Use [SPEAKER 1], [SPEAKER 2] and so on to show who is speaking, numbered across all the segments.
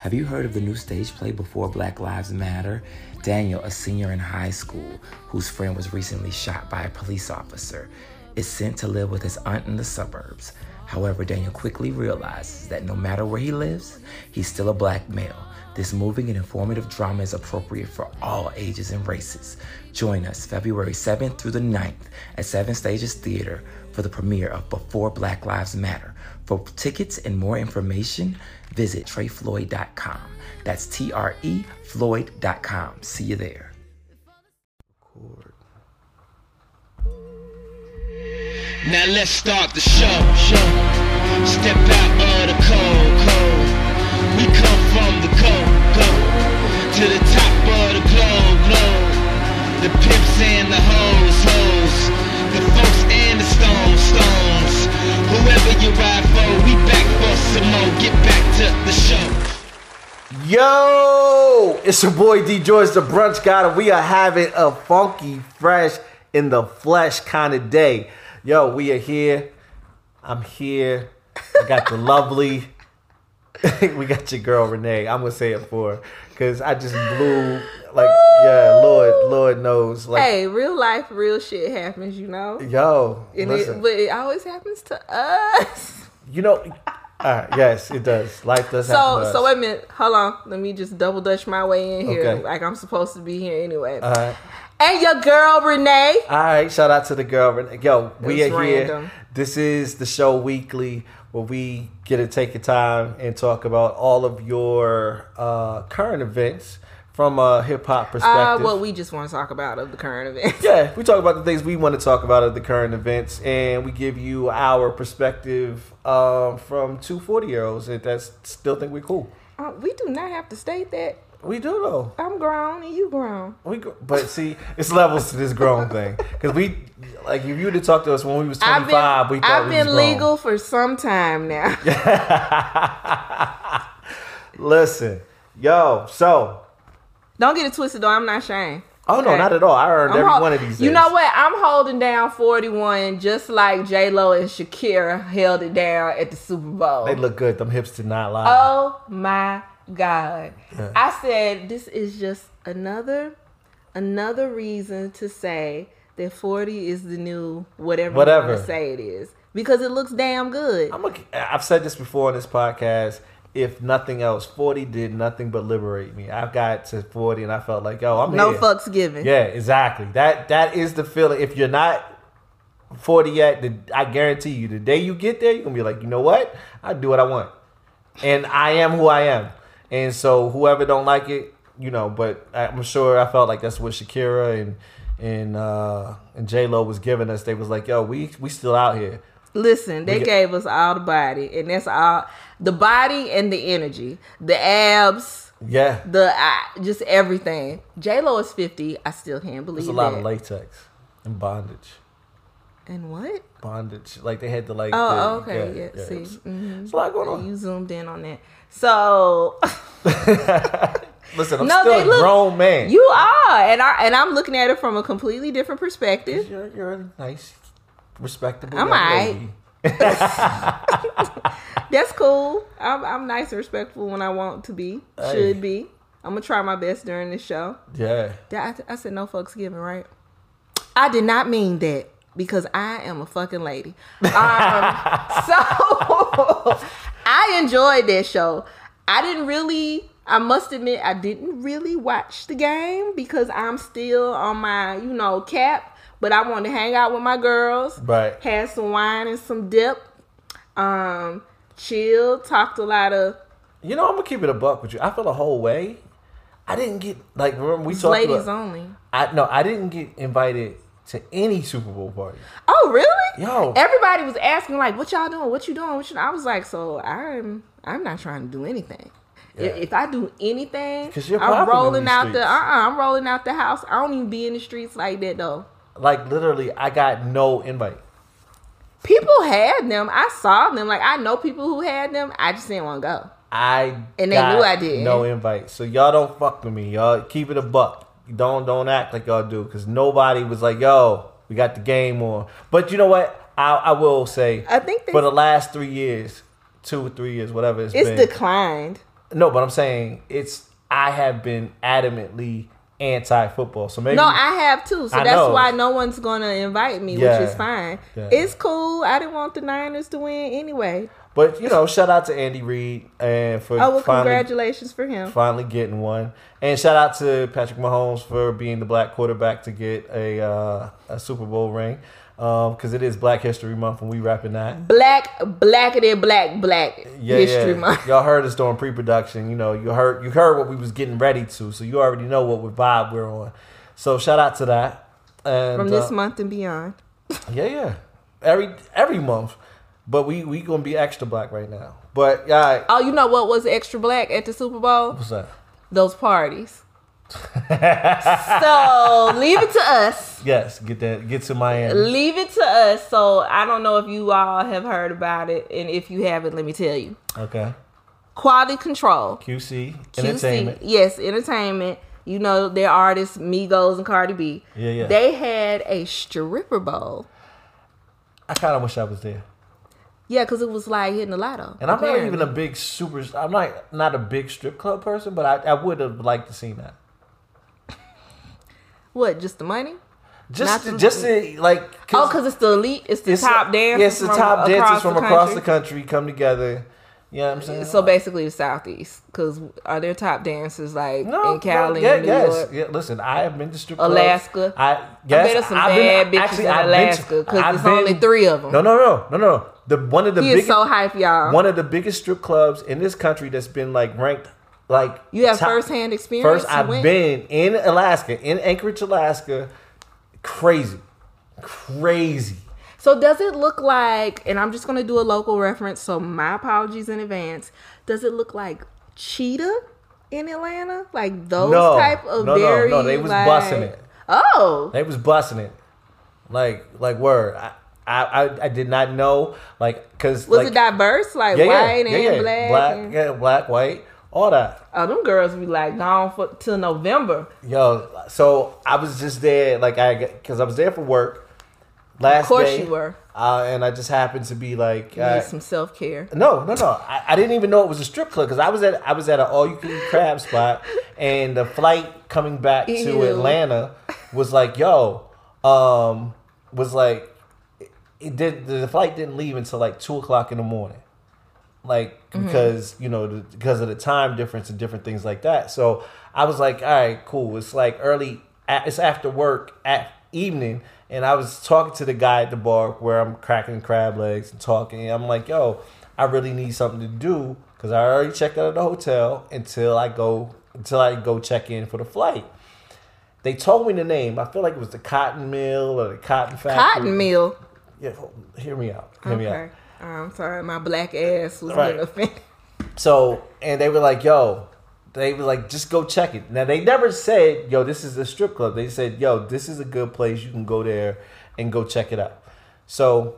[SPEAKER 1] Have you heard of the new stage play Before Black Lives Matter? Daniel, a senior in high school whose friend was recently shot by a police officer, is sent to live with his aunt in the suburbs. However, Daniel quickly realizes that no matter where he lives, he's still a black male. This moving and informative drama is appropriate for all ages and races. Join us February 7th through the 9th at Seven Stages Theater for the premiere of Before Black Lives Matter. For tickets and more information, visit treyfloyd.com. That's T R E Floyd.com. See you there.
[SPEAKER 2] Now let's start the show, show. Step out of the cold, cold. We come from the go, go. To the top of the globe, globe. The pimps and the hoes, hoes. The folks and the stones, stones. Whoever you ride for, we back for some more. Get back to the show.
[SPEAKER 3] Yo, it's your boy D George, the brunch guy, and we are having a funky, fresh, in the flesh kind of day. Yo, we are here. I'm here. I got the lovely. we got your girl Renee. I'm gonna say it for her because I just blew like yeah, Lord, Lord knows like
[SPEAKER 4] Hey, real life, real shit happens, you know.
[SPEAKER 3] yo.
[SPEAKER 4] And
[SPEAKER 3] listen.
[SPEAKER 4] it, but it always happens to us.
[SPEAKER 3] you know, all right, yes, it does. Life does happen.
[SPEAKER 4] So,
[SPEAKER 3] to
[SPEAKER 4] so
[SPEAKER 3] us.
[SPEAKER 4] wait a minute. Hold on. Let me just double dutch my way in here,
[SPEAKER 3] Okay. Uh-huh.
[SPEAKER 4] like I'm supposed to be here anyway.
[SPEAKER 3] all right.
[SPEAKER 4] and your girl Renee.
[SPEAKER 3] All right, shout out to the girl. Renee. Yo, we
[SPEAKER 4] It was
[SPEAKER 3] are here.
[SPEAKER 4] random.
[SPEAKER 3] This is the show weekly where we get to take your time and talk about all of your uh, current events from a hip hop
[SPEAKER 4] Uh,
[SPEAKER 3] perspective.
[SPEAKER 4] what we just want to talk about of the current events.
[SPEAKER 3] yeah, we talk about the things we want to talk about at the current events, and we give you our perspective um, from two 40 year olds that that's, still think we're cool.
[SPEAKER 4] Uh, we do not have to state that
[SPEAKER 3] We do though.
[SPEAKER 4] I'm grown and you grown.
[SPEAKER 3] We gr- but see, it's levels to this grown thing because we like if you would have talked to us when we was
[SPEAKER 4] I've
[SPEAKER 3] twenty
[SPEAKER 4] been,
[SPEAKER 3] five, we thought
[SPEAKER 4] I've
[SPEAKER 3] we
[SPEAKER 4] been
[SPEAKER 3] was grown.
[SPEAKER 4] legal for some time now.
[SPEAKER 3] Listen, yo, so
[SPEAKER 4] Don't get it twisted though. I'm not ashamed.
[SPEAKER 3] oh no,
[SPEAKER 4] Okay?
[SPEAKER 3] not at all. I earned
[SPEAKER 4] I'm
[SPEAKER 3] every
[SPEAKER 4] hol-
[SPEAKER 3] one of these.
[SPEAKER 4] You
[SPEAKER 3] A's.
[SPEAKER 4] know what? I'm holding down 41 just like J Lo and Shakira held it down at the Super Bowl.
[SPEAKER 3] They look good. Them hips did not lie.
[SPEAKER 4] oh my God. I said this is just another another reason to say that 40 is the new whatever,
[SPEAKER 3] Whatever.
[SPEAKER 4] you want to say it is. Because it looks damn good.
[SPEAKER 3] I'm a, I've said this before on this podcast. If nothing else, 40 did nothing but liberate me. I got to 40 and I felt like, yo, I'm
[SPEAKER 4] no
[SPEAKER 3] here.
[SPEAKER 4] fucks given.
[SPEAKER 3] Yeah, exactly. That that is the feeling. If you're not 40 yet, the, I guarantee you, the day you get there, you're gonna be like, you know what? I do what I want, and I am who I am. And so whoever don't like it, you know. But I'm sure I felt like that's what Shakira and and uh, and J Lo was giving us. They was like, yo, we we still out here.
[SPEAKER 4] Listen, they
[SPEAKER 3] get-
[SPEAKER 4] gave us all the body, and that's all the body and the energy, the abs,
[SPEAKER 3] Yeah,
[SPEAKER 4] the I, just everything. J Lo is fifty. I still can't believe
[SPEAKER 3] there's a lot
[SPEAKER 4] that.
[SPEAKER 3] of latex and bondage.
[SPEAKER 4] and what?
[SPEAKER 3] Bondage, like they had to like.
[SPEAKER 4] Oh,
[SPEAKER 3] the-
[SPEAKER 4] okay. Yeah. see,
[SPEAKER 3] It's,
[SPEAKER 4] mhm.
[SPEAKER 3] it's a lot going on.
[SPEAKER 4] you zoomed in on that. So
[SPEAKER 3] Listen, I'm
[SPEAKER 4] No,
[SPEAKER 3] still
[SPEAKER 4] they
[SPEAKER 3] a
[SPEAKER 4] look-
[SPEAKER 3] grown man.
[SPEAKER 4] you are, and I and I'm looking at it from a completely different perspective.
[SPEAKER 3] You're, you're a nice, respectable.
[SPEAKER 4] I'm
[SPEAKER 3] young
[SPEAKER 4] alright.
[SPEAKER 3] lady.
[SPEAKER 4] That's cool. I'm, I'm nice and respectful when I want to be.
[SPEAKER 3] Hey.
[SPEAKER 4] Should be. I'm gonna try my best during this show.
[SPEAKER 3] Yeah.
[SPEAKER 4] That I, I said no fucks given, right? I did not mean that because I am a fucking lady. Um, so I enjoyed that show. I didn't really. I must admit, I didn't really watch the game because I'm still on my, you know, cap. But I wanted to hang out with my girls.
[SPEAKER 3] Right.
[SPEAKER 4] Had some wine and some dip. Um, chill. Talked a lot of
[SPEAKER 3] You know, I'm gonna keep it a buck with you. I feel the whole way. I didn't get like remember we talked
[SPEAKER 4] ladies
[SPEAKER 3] about.
[SPEAKER 4] only.
[SPEAKER 3] I no, I didn't get invited to any Super Bowl party.
[SPEAKER 4] Oh, really?
[SPEAKER 3] Yo.
[SPEAKER 4] Everybody was asking like, "What y'all doing? What you doing?" What you I was like, "So I'm I'm not trying to do anything. I-
[SPEAKER 3] Yeah.
[SPEAKER 4] If, I do anything,
[SPEAKER 3] 'Cause you're
[SPEAKER 4] I'm
[SPEAKER 3] popping in
[SPEAKER 4] rolling
[SPEAKER 3] these
[SPEAKER 4] out the
[SPEAKER 3] streets.
[SPEAKER 4] uh uh-uh, I'm rolling out the house. I don't even be in the streets like that though.
[SPEAKER 3] Like literally, I got no invite.
[SPEAKER 4] People had them. I saw them. Like I know people who had them. I just didn't want to go.
[SPEAKER 3] I
[SPEAKER 4] And they
[SPEAKER 3] got
[SPEAKER 4] knew I did.
[SPEAKER 3] No invite. So y'all don't fuck with me. Y'all keep it a buck. Don't don't act like y'all do because nobody was like, yo, we got the game on. But you know what? I, I will say
[SPEAKER 4] I think they-
[SPEAKER 3] for the last three years, two three years, whatever it's
[SPEAKER 4] It's
[SPEAKER 3] been,
[SPEAKER 4] declined.
[SPEAKER 3] No, but I'm saying it's. I have been adamantly anti-football, so maybe
[SPEAKER 4] No, I have too. So
[SPEAKER 3] I
[SPEAKER 4] that's
[SPEAKER 3] know.
[SPEAKER 4] why no one's gonna invite me,
[SPEAKER 3] Yeah.
[SPEAKER 4] which is fine.
[SPEAKER 3] Yeah.
[SPEAKER 4] It's cool. I didn't want the Niners to win anyway.
[SPEAKER 3] But you know, shout out to Andy Reid and for
[SPEAKER 4] Oh well,
[SPEAKER 3] finally,
[SPEAKER 4] congratulations for him.
[SPEAKER 3] finally getting one, and shout out to Patrick Mahomes for being the black quarterback to get a uh, a Super Bowl ring, because it is Black History Month and we wrapping that.
[SPEAKER 4] Black, blacker than black, black
[SPEAKER 3] Yeah,
[SPEAKER 4] history
[SPEAKER 3] yeah.
[SPEAKER 4] month.
[SPEAKER 3] y'all heard us during pre-production. You know, you heard you heard what we was getting ready to, so you already know what we vibe we're on. So shout out to that. And,
[SPEAKER 4] From this
[SPEAKER 3] uh,
[SPEAKER 4] month and beyond.
[SPEAKER 3] Yeah, yeah. Every every month, but we we gonna be extra black right now. But yeah,
[SPEAKER 4] Oh, you know what was extra black at the Super Bowl?
[SPEAKER 3] what's that?
[SPEAKER 4] Those parties. so leave it to us.
[SPEAKER 3] Yes, get that. Get to Miami.
[SPEAKER 4] Leave it to us. So I don't know if you all have heard about it, and if you haven't, let me tell you.
[SPEAKER 3] Okay.
[SPEAKER 4] Quality control.
[SPEAKER 3] QC,
[SPEAKER 4] QC,
[SPEAKER 3] Entertainment.
[SPEAKER 4] Yes, entertainment. You know their artists, Migos and Cardi B.
[SPEAKER 3] Yeah, yeah.
[SPEAKER 4] They had a stripper bowl.
[SPEAKER 3] I kind of wish I was there.
[SPEAKER 4] Yeah, because it was like hitting the lotto.
[SPEAKER 3] And I'm
[SPEAKER 4] apparently.
[SPEAKER 3] not even a big super. I'm not not a big strip club person, but I, I would have liked to see that.
[SPEAKER 4] what just the money. Not
[SPEAKER 3] Just to,
[SPEAKER 4] the-
[SPEAKER 3] just to, like
[SPEAKER 4] Oh, because it's the elite. It's the top dancers.
[SPEAKER 3] Yes, the
[SPEAKER 4] from
[SPEAKER 3] top dancers from across the
[SPEAKER 4] country.
[SPEAKER 3] country come together. You know what I'm saying?
[SPEAKER 4] So basically, the southeast. Because are there top dancers like in Cali,
[SPEAKER 3] yeah,
[SPEAKER 4] and New
[SPEAKER 3] yes,
[SPEAKER 4] York?
[SPEAKER 3] yeah. Listen, I have been to strip
[SPEAKER 4] Alaska.
[SPEAKER 3] clubs. I yes,
[SPEAKER 4] bet there's some
[SPEAKER 3] I've been-
[SPEAKER 4] bad bitches
[SPEAKER 3] actually,
[SPEAKER 4] in
[SPEAKER 3] I've been to-
[SPEAKER 4] Alaska, 'cause
[SPEAKER 3] I've
[SPEAKER 4] there's only three of 'em.
[SPEAKER 3] No, no, no, no, no. The one of the
[SPEAKER 4] He
[SPEAKER 3] biggest,
[SPEAKER 4] is so hype, y'all.
[SPEAKER 3] one of the biggest strip clubs in this country that's been like ranked like
[SPEAKER 4] you have
[SPEAKER 3] top-
[SPEAKER 4] firsthand experience.
[SPEAKER 3] First,
[SPEAKER 4] You
[SPEAKER 3] I've
[SPEAKER 4] went.
[SPEAKER 3] been in Alaska, in Anchorage, Alaska. Crazy, crazy.
[SPEAKER 4] So does it look like? And I'm just gonna do a local reference. So my apologies in advance. Does it look like Cheetah in Atlanta? Like those
[SPEAKER 3] No.
[SPEAKER 4] type of
[SPEAKER 3] No, no,
[SPEAKER 4] very
[SPEAKER 3] no, they was
[SPEAKER 4] like,
[SPEAKER 3] busting it.
[SPEAKER 4] Oh,
[SPEAKER 3] They was busting it, like like word. I I I, I did not know like because
[SPEAKER 4] was
[SPEAKER 3] like,
[SPEAKER 4] it diverse? Like white and black. and-
[SPEAKER 3] yeah, black, white, all that.
[SPEAKER 4] Oh, them girls be like gone for till November.
[SPEAKER 3] Yo, so I was just there, like I, because I was there for work last.
[SPEAKER 4] Of course
[SPEAKER 3] day,
[SPEAKER 4] you were.
[SPEAKER 3] uh, and I just happened to be like,
[SPEAKER 4] Need
[SPEAKER 3] uh,
[SPEAKER 4] some self care.
[SPEAKER 3] no, no, no. I, I didn't even know it was a strip club because I was at I was at an all you can eat crab spot, and the flight coming back to
[SPEAKER 4] Ew.
[SPEAKER 3] Atlanta was like, yo, um, was like, it- it did the flight didn't leave until like two o'clock in the morning, like because you know the, because of the time difference and different things like that. So I was like, all right, cool. It's like early. a- It's after work at evening, and I was talking to the guy at the bar where I'm cracking crab legs and talking. And I'm like, yo, I really need something to do because I already checked out of the hotel until I go until I go check in for the flight. They told me the name. I feel like it was the Cotton Mill or the Cotton Factory.
[SPEAKER 4] Cotton mill.
[SPEAKER 3] Yeah, hear me out. Hear me out.
[SPEAKER 4] Okay. I'm sorry, my black ass was
[SPEAKER 3] Right.
[SPEAKER 4] getting offended.
[SPEAKER 3] So, and they were like, yo, they were like, just go check it. Now, they never said, yo, this is a strip club. They said, yo, this is a good place. You can go there and go check it out. So,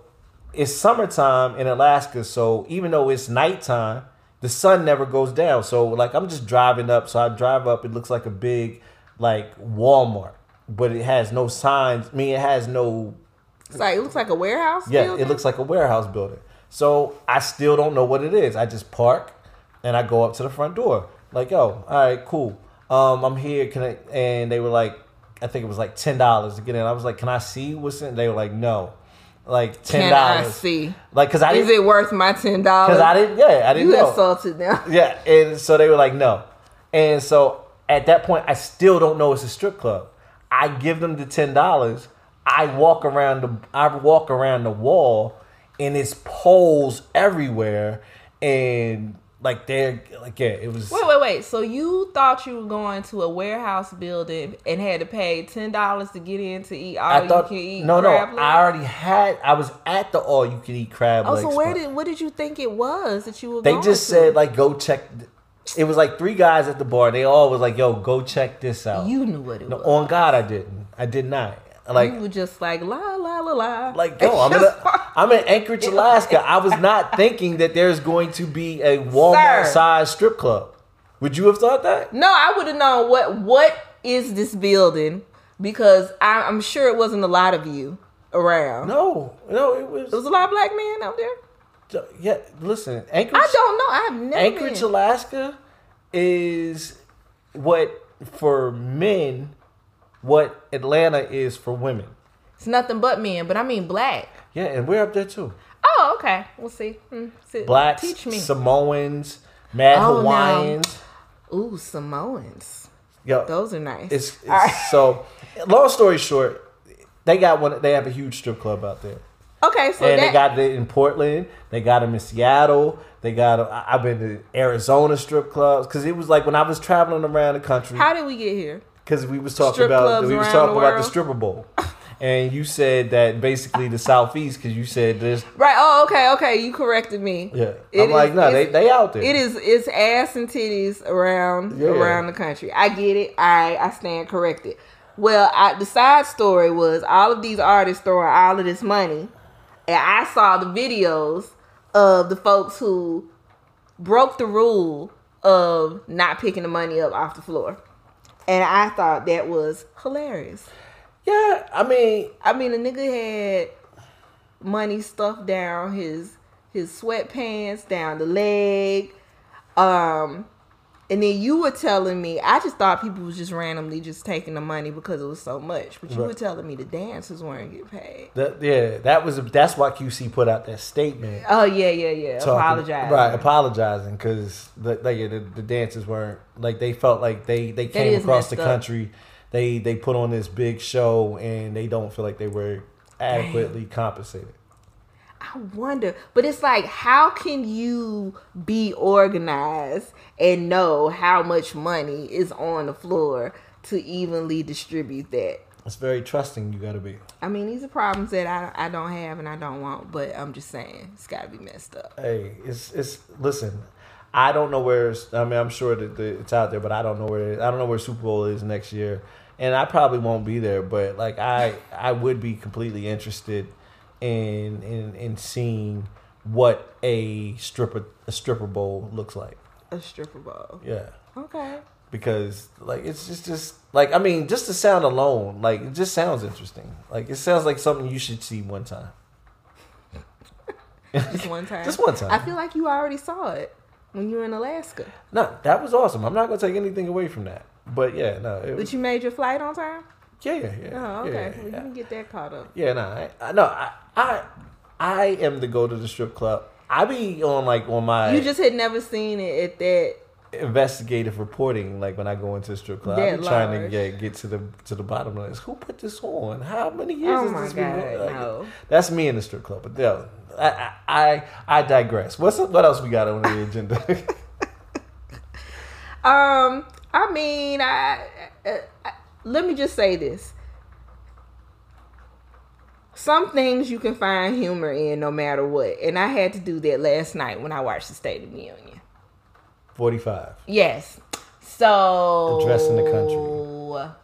[SPEAKER 3] it's summertime in Alaska. So, even though it's nighttime, the sun never goes down. So, like, I'm just driving up. So, I drive up. It looks like a big, like, Walmart, but it has no signs. I mean, it has no
[SPEAKER 4] It's like it looks like a warehouse.
[SPEAKER 3] yeah,
[SPEAKER 4] building.
[SPEAKER 3] it looks like a warehouse building. So I still don't know what it is. I just park and I go up to the front door. Like, yo, all right, cool. Um, I'm here. Can I? And they were like, I think it was like ten dollars to get in. I was like, can I see what's in? They were like, no, like ten
[SPEAKER 4] Can I
[SPEAKER 3] dollars.
[SPEAKER 4] see?
[SPEAKER 3] Like, cause I
[SPEAKER 4] Is
[SPEAKER 3] didn't.
[SPEAKER 4] it worth my ten dollars?
[SPEAKER 3] Cause I didn't. Yeah, I didn't
[SPEAKER 4] You
[SPEAKER 3] know.
[SPEAKER 4] assaulted them.
[SPEAKER 3] Yeah, and so they were like, no. And so at that point, I still don't know it's a strip club. I give them the ten dollars. I walk around the I walk around the wall, and it's poles everywhere, and like they're like yeah, it was
[SPEAKER 4] Wait, wait, wait. So you thought you were going to a warehouse building and had to pay ten dollars to get in to eat all
[SPEAKER 3] I thought
[SPEAKER 4] you can eat?
[SPEAKER 3] no no
[SPEAKER 4] crab legs?
[SPEAKER 3] I already had I was at the all you can eat crab
[SPEAKER 4] Oh,
[SPEAKER 3] legs.
[SPEAKER 4] so where
[SPEAKER 3] spot.
[SPEAKER 4] did what did you think it was that you were?
[SPEAKER 3] They
[SPEAKER 4] going
[SPEAKER 3] just
[SPEAKER 4] to?
[SPEAKER 3] said like go check. It was like three guys at the bar. They all was like yo go check this out.
[SPEAKER 4] you knew what it
[SPEAKER 3] No,
[SPEAKER 4] was.
[SPEAKER 3] on God, I didn't. I did not. Like,
[SPEAKER 4] you were just like la la la la.
[SPEAKER 3] like yo, I'm in, a, I'm in Anchorage, Alaska. I was not thinking that there's going to be a Walmart sized strip club. Would you have thought that?
[SPEAKER 4] No, I would have known what what is this building because I, I'm sure it wasn't a lot of you around.
[SPEAKER 3] No, no, it was. uh,
[SPEAKER 4] There was a lot of black men out there.
[SPEAKER 3] yeah, listen, Anchorage,
[SPEAKER 4] I don't know. I have never.
[SPEAKER 3] Anchorage,
[SPEAKER 4] been.
[SPEAKER 3] Alaska. is what for men, what Atlanta is for women.
[SPEAKER 4] It's nothing but men, but I mean black.
[SPEAKER 3] Yeah, and we're up there too.
[SPEAKER 4] Oh, okay. We'll see. Hmm. See-
[SPEAKER 3] Blacks,
[SPEAKER 4] Teach me.
[SPEAKER 3] Samoans, mad
[SPEAKER 4] Oh, no.
[SPEAKER 3] Hawaiians.
[SPEAKER 4] Ooh, Samoans.
[SPEAKER 3] Yo,
[SPEAKER 4] Those are nice.
[SPEAKER 3] It's, it's so. Long story short, they got one. They have a huge strip club out there,
[SPEAKER 4] okay, so
[SPEAKER 3] and
[SPEAKER 4] that,
[SPEAKER 3] they got it in Portland. They got them in Seattle. They got. 'em- I- I've been to Arizona strip clubs because it was like when I was traveling around the country
[SPEAKER 4] how did we get here?
[SPEAKER 3] because we was talking
[SPEAKER 4] Strip
[SPEAKER 3] about
[SPEAKER 4] clubs
[SPEAKER 3] we was
[SPEAKER 4] around
[SPEAKER 3] talking
[SPEAKER 4] the
[SPEAKER 3] about the
[SPEAKER 4] world.
[SPEAKER 3] stripper bowl, and you said that basically the southeast because you said this.
[SPEAKER 4] Right. Oh, okay, okay. You corrected me.
[SPEAKER 3] Yeah,
[SPEAKER 4] It
[SPEAKER 3] I'm like
[SPEAKER 4] is-
[SPEAKER 3] no, they
[SPEAKER 4] it's-
[SPEAKER 3] they out there.
[SPEAKER 4] It is it's ass and titties around
[SPEAKER 3] Yeah.
[SPEAKER 4] around the country. I get it. I I stand corrected. Well, I, the side story was all of these artists throwing all of this money, and I saw the videos of the folks who broke the rule of not picking the money up off the floor, and I thought that was hilarious.
[SPEAKER 3] Yeah, I mean,
[SPEAKER 4] I mean, the nigga had money stuffed down his his sweatpants, down the leg, um, and then you were telling me. I just thought people was just randomly just taking the money because it was so much. But you were
[SPEAKER 3] Right.
[SPEAKER 4] telling me the dancers weren't getting paid.
[SPEAKER 3] that, yeah, that was that's why QC put out that statement.
[SPEAKER 4] Oh yeah, yeah, yeah.
[SPEAKER 3] talking-
[SPEAKER 4] Apologize.
[SPEAKER 3] Right, apologizing because the, like, yeah, the the dancers weren't like they felt like they they came
[SPEAKER 4] is
[SPEAKER 3] across the
[SPEAKER 4] messed up.
[SPEAKER 3] country. They they put on this big show and they don't feel like they were adequately compensated.
[SPEAKER 4] I wonder, but it's like, how can you be organized and know how much money is on the floor to evenly distribute that?
[SPEAKER 3] It's very trusting. You got to be.
[SPEAKER 4] I mean, these are problems that I, I don't have and I don't want, but I'm just saying it's got to be messed up.
[SPEAKER 3] Hey, it's it's listen. I don't know where. It's, I mean, I'm sure that the, it's out there, but I don't know where. It, I don't know where Super Bowl is next year, and I probably won't be there. But like, I I would be completely interested in in in seeing what a stripper a stripper bowl looks like.
[SPEAKER 4] A stripper ball.
[SPEAKER 3] Yeah,
[SPEAKER 4] Okay.
[SPEAKER 3] because like it's just just like I mean, just the sound alone, like it just sounds interesting. Like it sounds like something you should see one time.
[SPEAKER 4] Just one time.
[SPEAKER 3] Just one time.
[SPEAKER 4] I feel like you already saw it when you were in Alaska.
[SPEAKER 3] No, that was awesome. I'm not gonna take anything away from that. But yeah, no, it was,
[SPEAKER 4] But you made your flight on time?
[SPEAKER 3] yeah, yeah, yeah.
[SPEAKER 4] Oh, okay.
[SPEAKER 3] yeah,
[SPEAKER 4] Well, you
[SPEAKER 3] yeah.
[SPEAKER 4] can get that caught up.
[SPEAKER 3] Yeah, no, I, I no, I, I, I am to go to the strip club. I be on like on my
[SPEAKER 4] You just had never seen it at that.
[SPEAKER 3] investigative reporting. Like when I go into the strip club,
[SPEAKER 4] That
[SPEAKER 3] I'm trying to
[SPEAKER 4] large.
[SPEAKER 3] get get to the to the bottom of this. Who put this on? How many years?
[SPEAKER 4] Oh
[SPEAKER 3] has
[SPEAKER 4] my
[SPEAKER 3] this
[SPEAKER 4] God.
[SPEAKER 3] been going? Like,
[SPEAKER 4] no.
[SPEAKER 3] That's me in the strip club. But no, I, I, I, I digress. What's what else we got on the agenda?
[SPEAKER 4] Um, I mean, I, I, I let me just say this. Some things you can find humor in no matter what, and I had to do that last night when I watched the State of the Union.
[SPEAKER 3] Forty five.
[SPEAKER 4] Yes. So
[SPEAKER 3] Addressing the
[SPEAKER 4] country.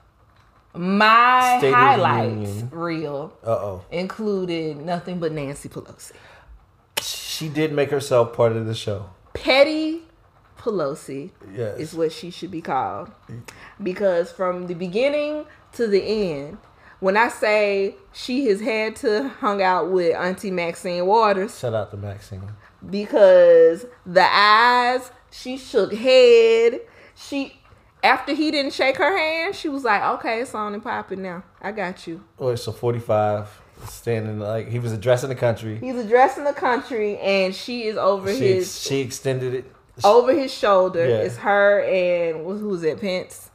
[SPEAKER 4] My
[SPEAKER 3] State of the
[SPEAKER 4] highlights
[SPEAKER 3] Union.
[SPEAKER 4] reel
[SPEAKER 3] Uh oh.
[SPEAKER 4] included nothing but Nancy Pelosi.
[SPEAKER 3] She did make herself part of the show.
[SPEAKER 4] Petty Pelosi
[SPEAKER 3] Yes.
[SPEAKER 4] is what she should be called. Because from the beginning to the end, when I say she has had to hung out with Auntie Maxine Waters,
[SPEAKER 3] Shout out to Maxine.
[SPEAKER 4] because the eyes she shook head she after he didn't shake her hand she was like okay it's on and popping now i got you
[SPEAKER 3] Oh, so 45, standing like he was addressing the country.
[SPEAKER 4] he's addressing the country and she is over
[SPEAKER 3] She,
[SPEAKER 4] his
[SPEAKER 3] she extended it.
[SPEAKER 4] over his shoulder
[SPEAKER 3] Yeah.
[SPEAKER 4] it's her and wh- who's it pence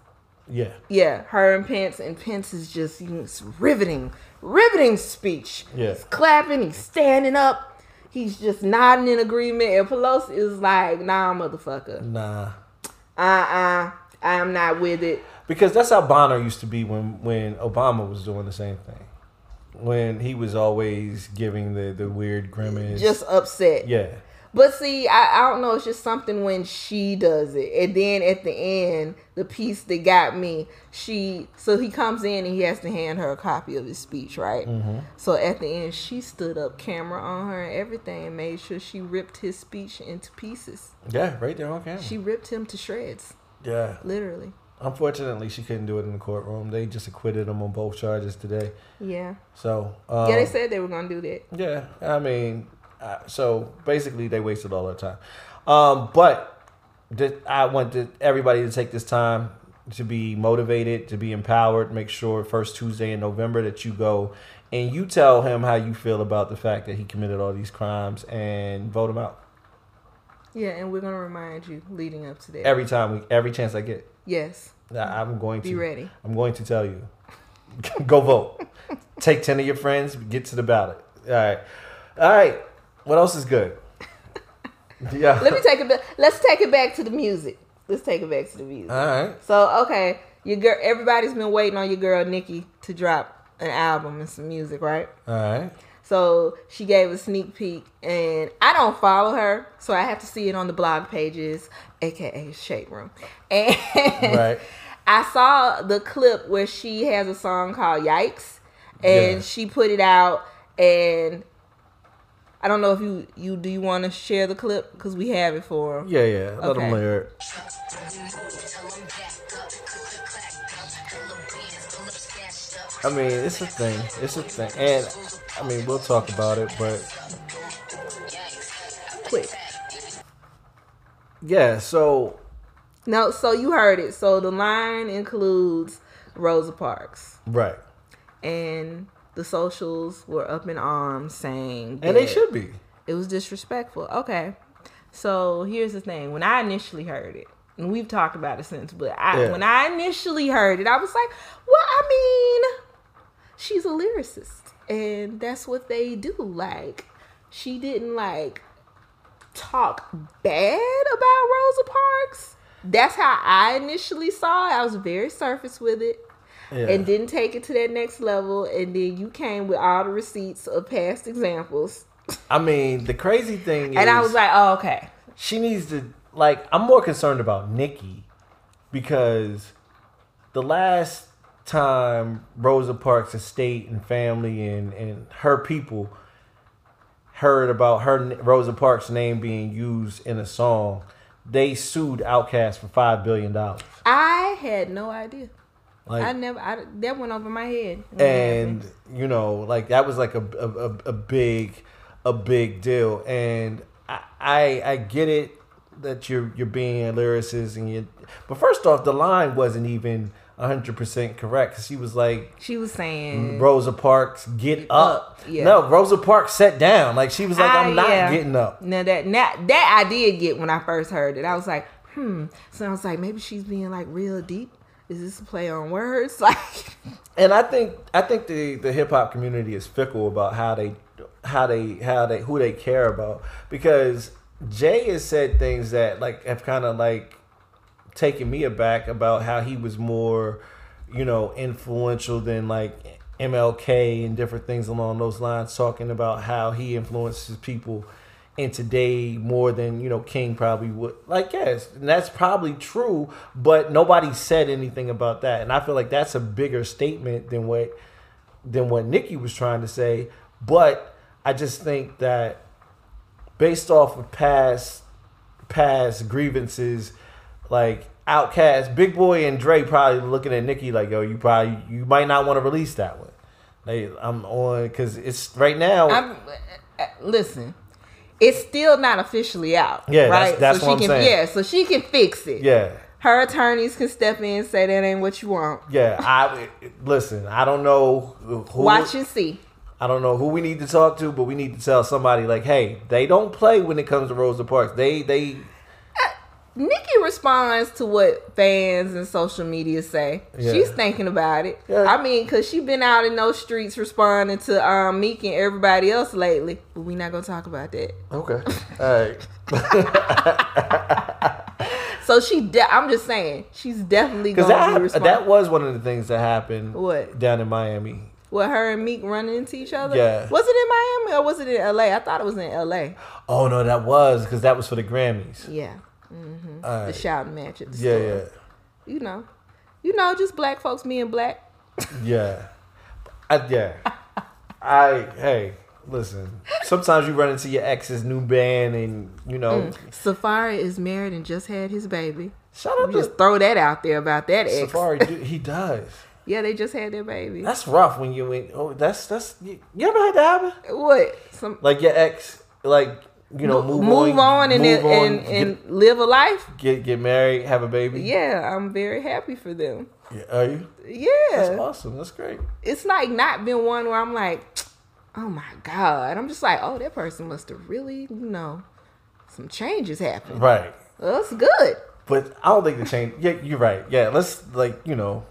[SPEAKER 3] Yeah.
[SPEAKER 4] yeah her and pence and pence is just you know, it's riveting riveting speech
[SPEAKER 3] Yeah.
[SPEAKER 4] he's clapping he's standing up he's just nodding in agreement and pelosi is like nah motherfucker
[SPEAKER 3] Nah.
[SPEAKER 4] uh-uh i'm not with it
[SPEAKER 3] Because that's how Bonner used to be when, when Obama was doing the same thing. When he was always giving the, the weird grimace.
[SPEAKER 4] just upset
[SPEAKER 3] yeah.
[SPEAKER 4] but see I, I don't know it's just something when she does it and then at the end the piece that got me she so he comes in and he has to hand her a copy of his speech right
[SPEAKER 3] Mm-hmm.
[SPEAKER 4] so at the end she stood up camera on her and everything and made sure she ripped his speech into pieces
[SPEAKER 3] Yeah, right there on camera.
[SPEAKER 4] she ripped him to shreds
[SPEAKER 3] yeah.
[SPEAKER 4] literally
[SPEAKER 3] Unfortunately, she couldn't do it in the courtroom. They just acquitted him on both charges today.
[SPEAKER 4] yeah
[SPEAKER 3] So, um,
[SPEAKER 4] yeah they said they were gonna do that
[SPEAKER 3] Yeah, I mean, uh, so basically they wasted all their time. Um, but just, I want to, everybody to take this time to be motivated, to be empowered. Make sure first Tuesday in November that you go and you tell him how you feel about the fact that he committed all these crimes and vote him out
[SPEAKER 4] Yeah, and we're gonna remind you leading up to that.
[SPEAKER 3] every time we every chance I get.
[SPEAKER 4] yes.
[SPEAKER 3] I- I'm going to
[SPEAKER 4] Be ready.
[SPEAKER 3] I'm going to tell you. Go vote. Take ten of your friends. Get to the ballot. All right. All right. What else is good? Yeah.
[SPEAKER 4] Let me take it. ba- Let's take it back to the music. Let's take it back to the music.
[SPEAKER 3] All right.
[SPEAKER 4] So okay, your girl. Everybody's been waiting on your girl Nikki to drop an album and some music, right?
[SPEAKER 3] All right.
[SPEAKER 4] So she gave a sneak peek, and I don't follow her, so I have to see it on the blog pages, aka Shade Room. And
[SPEAKER 3] Right.
[SPEAKER 4] I saw the clip where she has a song called "Yikes," and
[SPEAKER 3] Yeah.
[SPEAKER 4] she put it out. And I don't know if you you do you want to share the clip because we have it for 'em.
[SPEAKER 3] Yeah. Yeah. Let
[SPEAKER 4] Okay.
[SPEAKER 3] them layer it. I mean, it's a thing. It's a thing. And I mean, we'll talk about it, but
[SPEAKER 4] quick.
[SPEAKER 3] yeah. So
[SPEAKER 4] No, so you heard it. So the line includes Rosa Parks,
[SPEAKER 3] right.
[SPEAKER 4] and the socials were up in arms saying
[SPEAKER 3] And they
[SPEAKER 4] that
[SPEAKER 3] should be.
[SPEAKER 4] It was disrespectful. Okay, so here's the thing: when I initially heard it, and we've talked about it since, but I,
[SPEAKER 3] Yeah.
[SPEAKER 4] when I initially heard it, I was like, "Well, I mean, she's a lyricist, and that's what they do. Like, she didn't like talk bad about Rosa Parks. That's how I initially saw it. I was very surface with it
[SPEAKER 3] Yeah.
[SPEAKER 4] and didn't take it to that next level. And then you came with all the receipts of past examples.
[SPEAKER 3] I mean, the crazy thing is,
[SPEAKER 4] And I was like, oh, okay.
[SPEAKER 3] she needs to like I'm more concerned about Nikki because the last time Rosa Parks estate and family and and her people heard about her Rosa Parks name being used in a song, they sued Outkast for 5 billion dollars.
[SPEAKER 4] I had no idea.
[SPEAKER 3] Like
[SPEAKER 4] I never, I, that went over my head. when it
[SPEAKER 3] and
[SPEAKER 4] happened.
[SPEAKER 3] you know like that was like a a, a, a big a big deal and I, I i get it that you're you're being a lyricist and you but first off the line wasn't even 100% correct 'cause she was like
[SPEAKER 4] she was saying,
[SPEAKER 3] rosa parks get up
[SPEAKER 4] Mm. up, yeah.
[SPEAKER 3] no rosa parks sat down like she was like i'm
[SPEAKER 4] I-
[SPEAKER 3] not
[SPEAKER 4] yeah.
[SPEAKER 3] getting up
[SPEAKER 4] Now that now, that I did get when I first heard it, I was like, hmm. So I was like, maybe she's being like real deep. Is this a play on words? Like,
[SPEAKER 3] and I think I think the the hip hop community is fickle about how they how they how they who they care about because Jay has said things that like have kind of like taken me aback about how he was more you know influential than like MLK and different things along those lines talking about how he influences people and today more than you know King probably would. Like yes, and that's probably true, but nobody said anything about that, and I feel like that's a bigger statement than what than what Nikki was trying to say. But I just think that based off of past past grievances, like Outcast, Big Boy, and Dre probably looking at Nicki like, "Yo, you probably you might not want to release that one." They, I'm on because it's right now.
[SPEAKER 4] I'm, uh, uh, listen, it's still not officially out.
[SPEAKER 3] Yeah, that's-
[SPEAKER 4] right.
[SPEAKER 3] that's
[SPEAKER 4] so
[SPEAKER 3] what
[SPEAKER 4] she
[SPEAKER 3] I'm
[SPEAKER 4] can,
[SPEAKER 3] saying.
[SPEAKER 4] Yeah, so she can fix it.
[SPEAKER 3] yeah,
[SPEAKER 4] her attorneys can step in and say that ain't what you want.
[SPEAKER 3] yeah. I listen. I don't know who.
[SPEAKER 4] Watch and see.
[SPEAKER 3] I don't know who we need to talk to, but we need to tell somebody like, "Hey, they don't play when it comes to Rosa Parks. They, they,
[SPEAKER 4] Nikki responds to what fans and social media say.
[SPEAKER 3] Yeah.
[SPEAKER 4] She's thinking about it.
[SPEAKER 3] Yeah.
[SPEAKER 4] I mean, cause she been out in those streets responding to um, Meek and everybody else lately. But we not gonna talk about that.
[SPEAKER 3] okay, all right."
[SPEAKER 4] So she, de- I'm just saying, she's definitely
[SPEAKER 3] Because
[SPEAKER 4] gonna be
[SPEAKER 3] that
[SPEAKER 4] responding.
[SPEAKER 3] that was one of the things that happened.
[SPEAKER 4] What?
[SPEAKER 3] down in Miami?
[SPEAKER 4] With her and Meek running into each other.
[SPEAKER 3] Yeah.
[SPEAKER 4] Was it in Miami or was it in L.A.? I thought it was in L.A.
[SPEAKER 3] Oh no, that was because that was for the Grammys.
[SPEAKER 4] Yeah. Mm-hmm.
[SPEAKER 3] All
[SPEAKER 4] The
[SPEAKER 3] right.
[SPEAKER 4] shouting match at the
[SPEAKER 3] Yeah,
[SPEAKER 4] store.
[SPEAKER 3] yeah.
[SPEAKER 4] You know, you know, just black folks being black.
[SPEAKER 3] Yeah. I, yeah. I hey, listen. Sometimes you run into your ex's new band and you know
[SPEAKER 4] Mm. Safari is married and just had his baby.
[SPEAKER 3] shout out
[SPEAKER 4] You just
[SPEAKER 3] to
[SPEAKER 4] throw that out there about that ex.
[SPEAKER 3] Safari dude, he does.
[SPEAKER 4] Yeah, they just had their baby.
[SPEAKER 3] That's rough when you went oh that's that's you, you ever had that happen?
[SPEAKER 4] what? Some
[SPEAKER 3] Like your ex like you know, move,
[SPEAKER 4] move, on, and
[SPEAKER 3] move
[SPEAKER 4] and, and,
[SPEAKER 3] get,
[SPEAKER 4] and live a life.
[SPEAKER 3] get get married, have a baby.
[SPEAKER 4] Yeah, I'm very happy for them.
[SPEAKER 3] Yeah, Are you?
[SPEAKER 4] Yeah,
[SPEAKER 3] That's awesome. That's great.
[SPEAKER 4] it's like not been one where I'm like, oh my god. I'm just like, oh, that person must have really, you know, some changes happened.
[SPEAKER 3] Right.
[SPEAKER 4] Well, that's good.
[SPEAKER 3] But I don't think the change. Yeah, you're right. Yeah, let's like you know,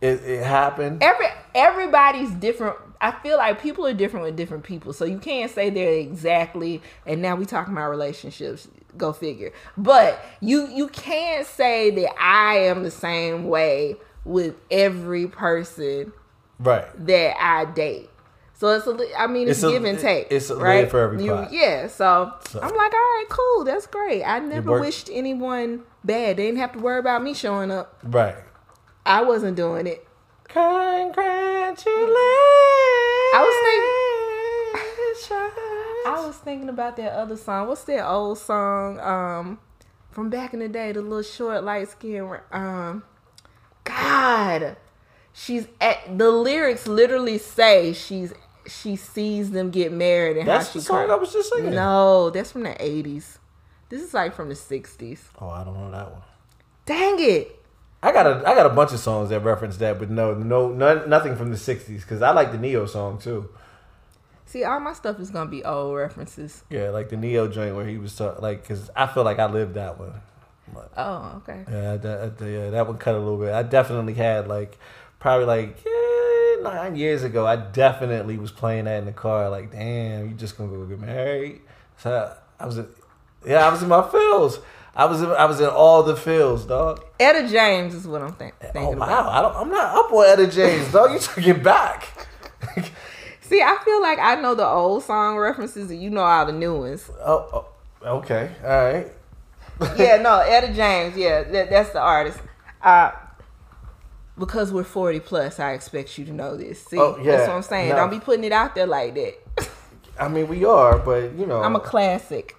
[SPEAKER 3] it, it happened.
[SPEAKER 4] Every everybody's different. I feel like people are different with different people, so you can't say they're exactly. And now we talking about relationships. Go figure. But you you can't say that I am the same way with every person
[SPEAKER 3] Right.
[SPEAKER 4] that I date. So it's a, li- I mean, it's,
[SPEAKER 3] It's a-
[SPEAKER 4] give and take.
[SPEAKER 3] it's a lid
[SPEAKER 4] right
[SPEAKER 3] for every
[SPEAKER 4] You-
[SPEAKER 3] pot.
[SPEAKER 4] Yeah. So,
[SPEAKER 3] So-
[SPEAKER 4] I'm like, all right, cool, that's great. I never
[SPEAKER 3] work-
[SPEAKER 4] wished anyone bad. They didn't have to worry about me showing up.
[SPEAKER 3] Right.
[SPEAKER 4] I wasn't doing it.
[SPEAKER 3] Congratulations.
[SPEAKER 4] I was thinking. I was thinking about that other song. What's that old song um, from back in the day? The little short, light skin. Um, God, she's at the lyrics. Literally say she's she sees them get married and
[SPEAKER 3] That's
[SPEAKER 4] how
[SPEAKER 3] the
[SPEAKER 4] she
[SPEAKER 3] song
[SPEAKER 4] cried.
[SPEAKER 3] I was just singing.
[SPEAKER 4] No, that's from the eighties. This is like from the sixties.
[SPEAKER 3] Oh, I don't know that one.
[SPEAKER 4] Dang it!
[SPEAKER 3] I got a I got a bunch of songs that reference that, but no, no, none, nothing from the '60s because I like the Neo song too.
[SPEAKER 4] See, all my stuff is gonna be old references.
[SPEAKER 3] Yeah, like the Neo joint where he was talk, like because I feel like I lived that one.
[SPEAKER 4] Oh, okay.
[SPEAKER 3] Yeah, that, that- yeah, that one cut a little bit. I definitely had like probably like yeah, nine years ago. I definitely was playing that in the car. Like, damn, you just gonna go get married? So I was, in- yeah, I was in my fields. I was in, I was in all the fields, dog.
[SPEAKER 4] Etta James is what I'm think-
[SPEAKER 3] Oh
[SPEAKER 4] thinking about.
[SPEAKER 3] wow, I don't, I'm not up on Etta James, dog. You took it back.
[SPEAKER 4] See, I feel like I know the old song references, and you know all the new ones.
[SPEAKER 3] Oh, oh, okay. All right.
[SPEAKER 4] yeah, no, Etta James. Yeah, that, that's the artist. Uh, because we're 40 plus, I expect you to know this. See,
[SPEAKER 3] Oh, yeah.
[SPEAKER 4] that's what I'm saying.
[SPEAKER 3] No.
[SPEAKER 4] Don't be putting it out there like that.
[SPEAKER 3] I mean, we are, but you know,
[SPEAKER 4] I'm a classic.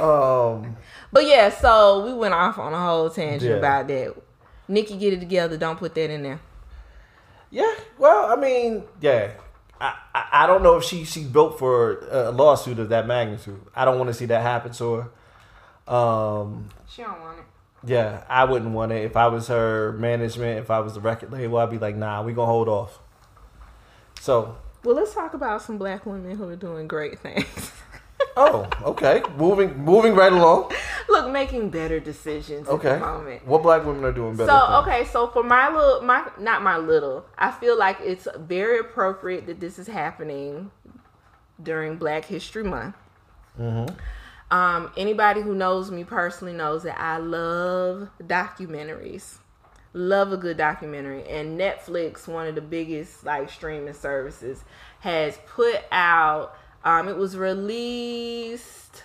[SPEAKER 3] um,
[SPEAKER 4] But yeah, so we went off on a whole tangent
[SPEAKER 3] Yeah.
[SPEAKER 4] about that. Nikki, get it together. Don't put that in there.
[SPEAKER 3] yeah. Well, I mean, yeah. I, I, I don't know if she she's built for a lawsuit of that magnitude. I don't want to see that happen to her. Um,
[SPEAKER 4] She don't want it.
[SPEAKER 3] yeah, I wouldn't want it if I was her management. If I was the record label, I'd be like, nah, we gonna hold off. So,
[SPEAKER 4] Well, let's talk about some black women who are doing great things.
[SPEAKER 3] oh, okay, moving moving right along.
[SPEAKER 4] Look, making better decisions
[SPEAKER 3] Okay,
[SPEAKER 4] at the moment.
[SPEAKER 3] what black women are doing better?
[SPEAKER 4] So
[SPEAKER 3] than-
[SPEAKER 4] okay, so for my little, my not my little, I feel like it's very appropriate that this is happening during Black History Month.
[SPEAKER 3] Mm-hmm.
[SPEAKER 4] Um, anybody who knows me personally knows that I love documentaries. Love a good documentary, and Netflix, one of the biggest like streaming services, has put out. Um, it was released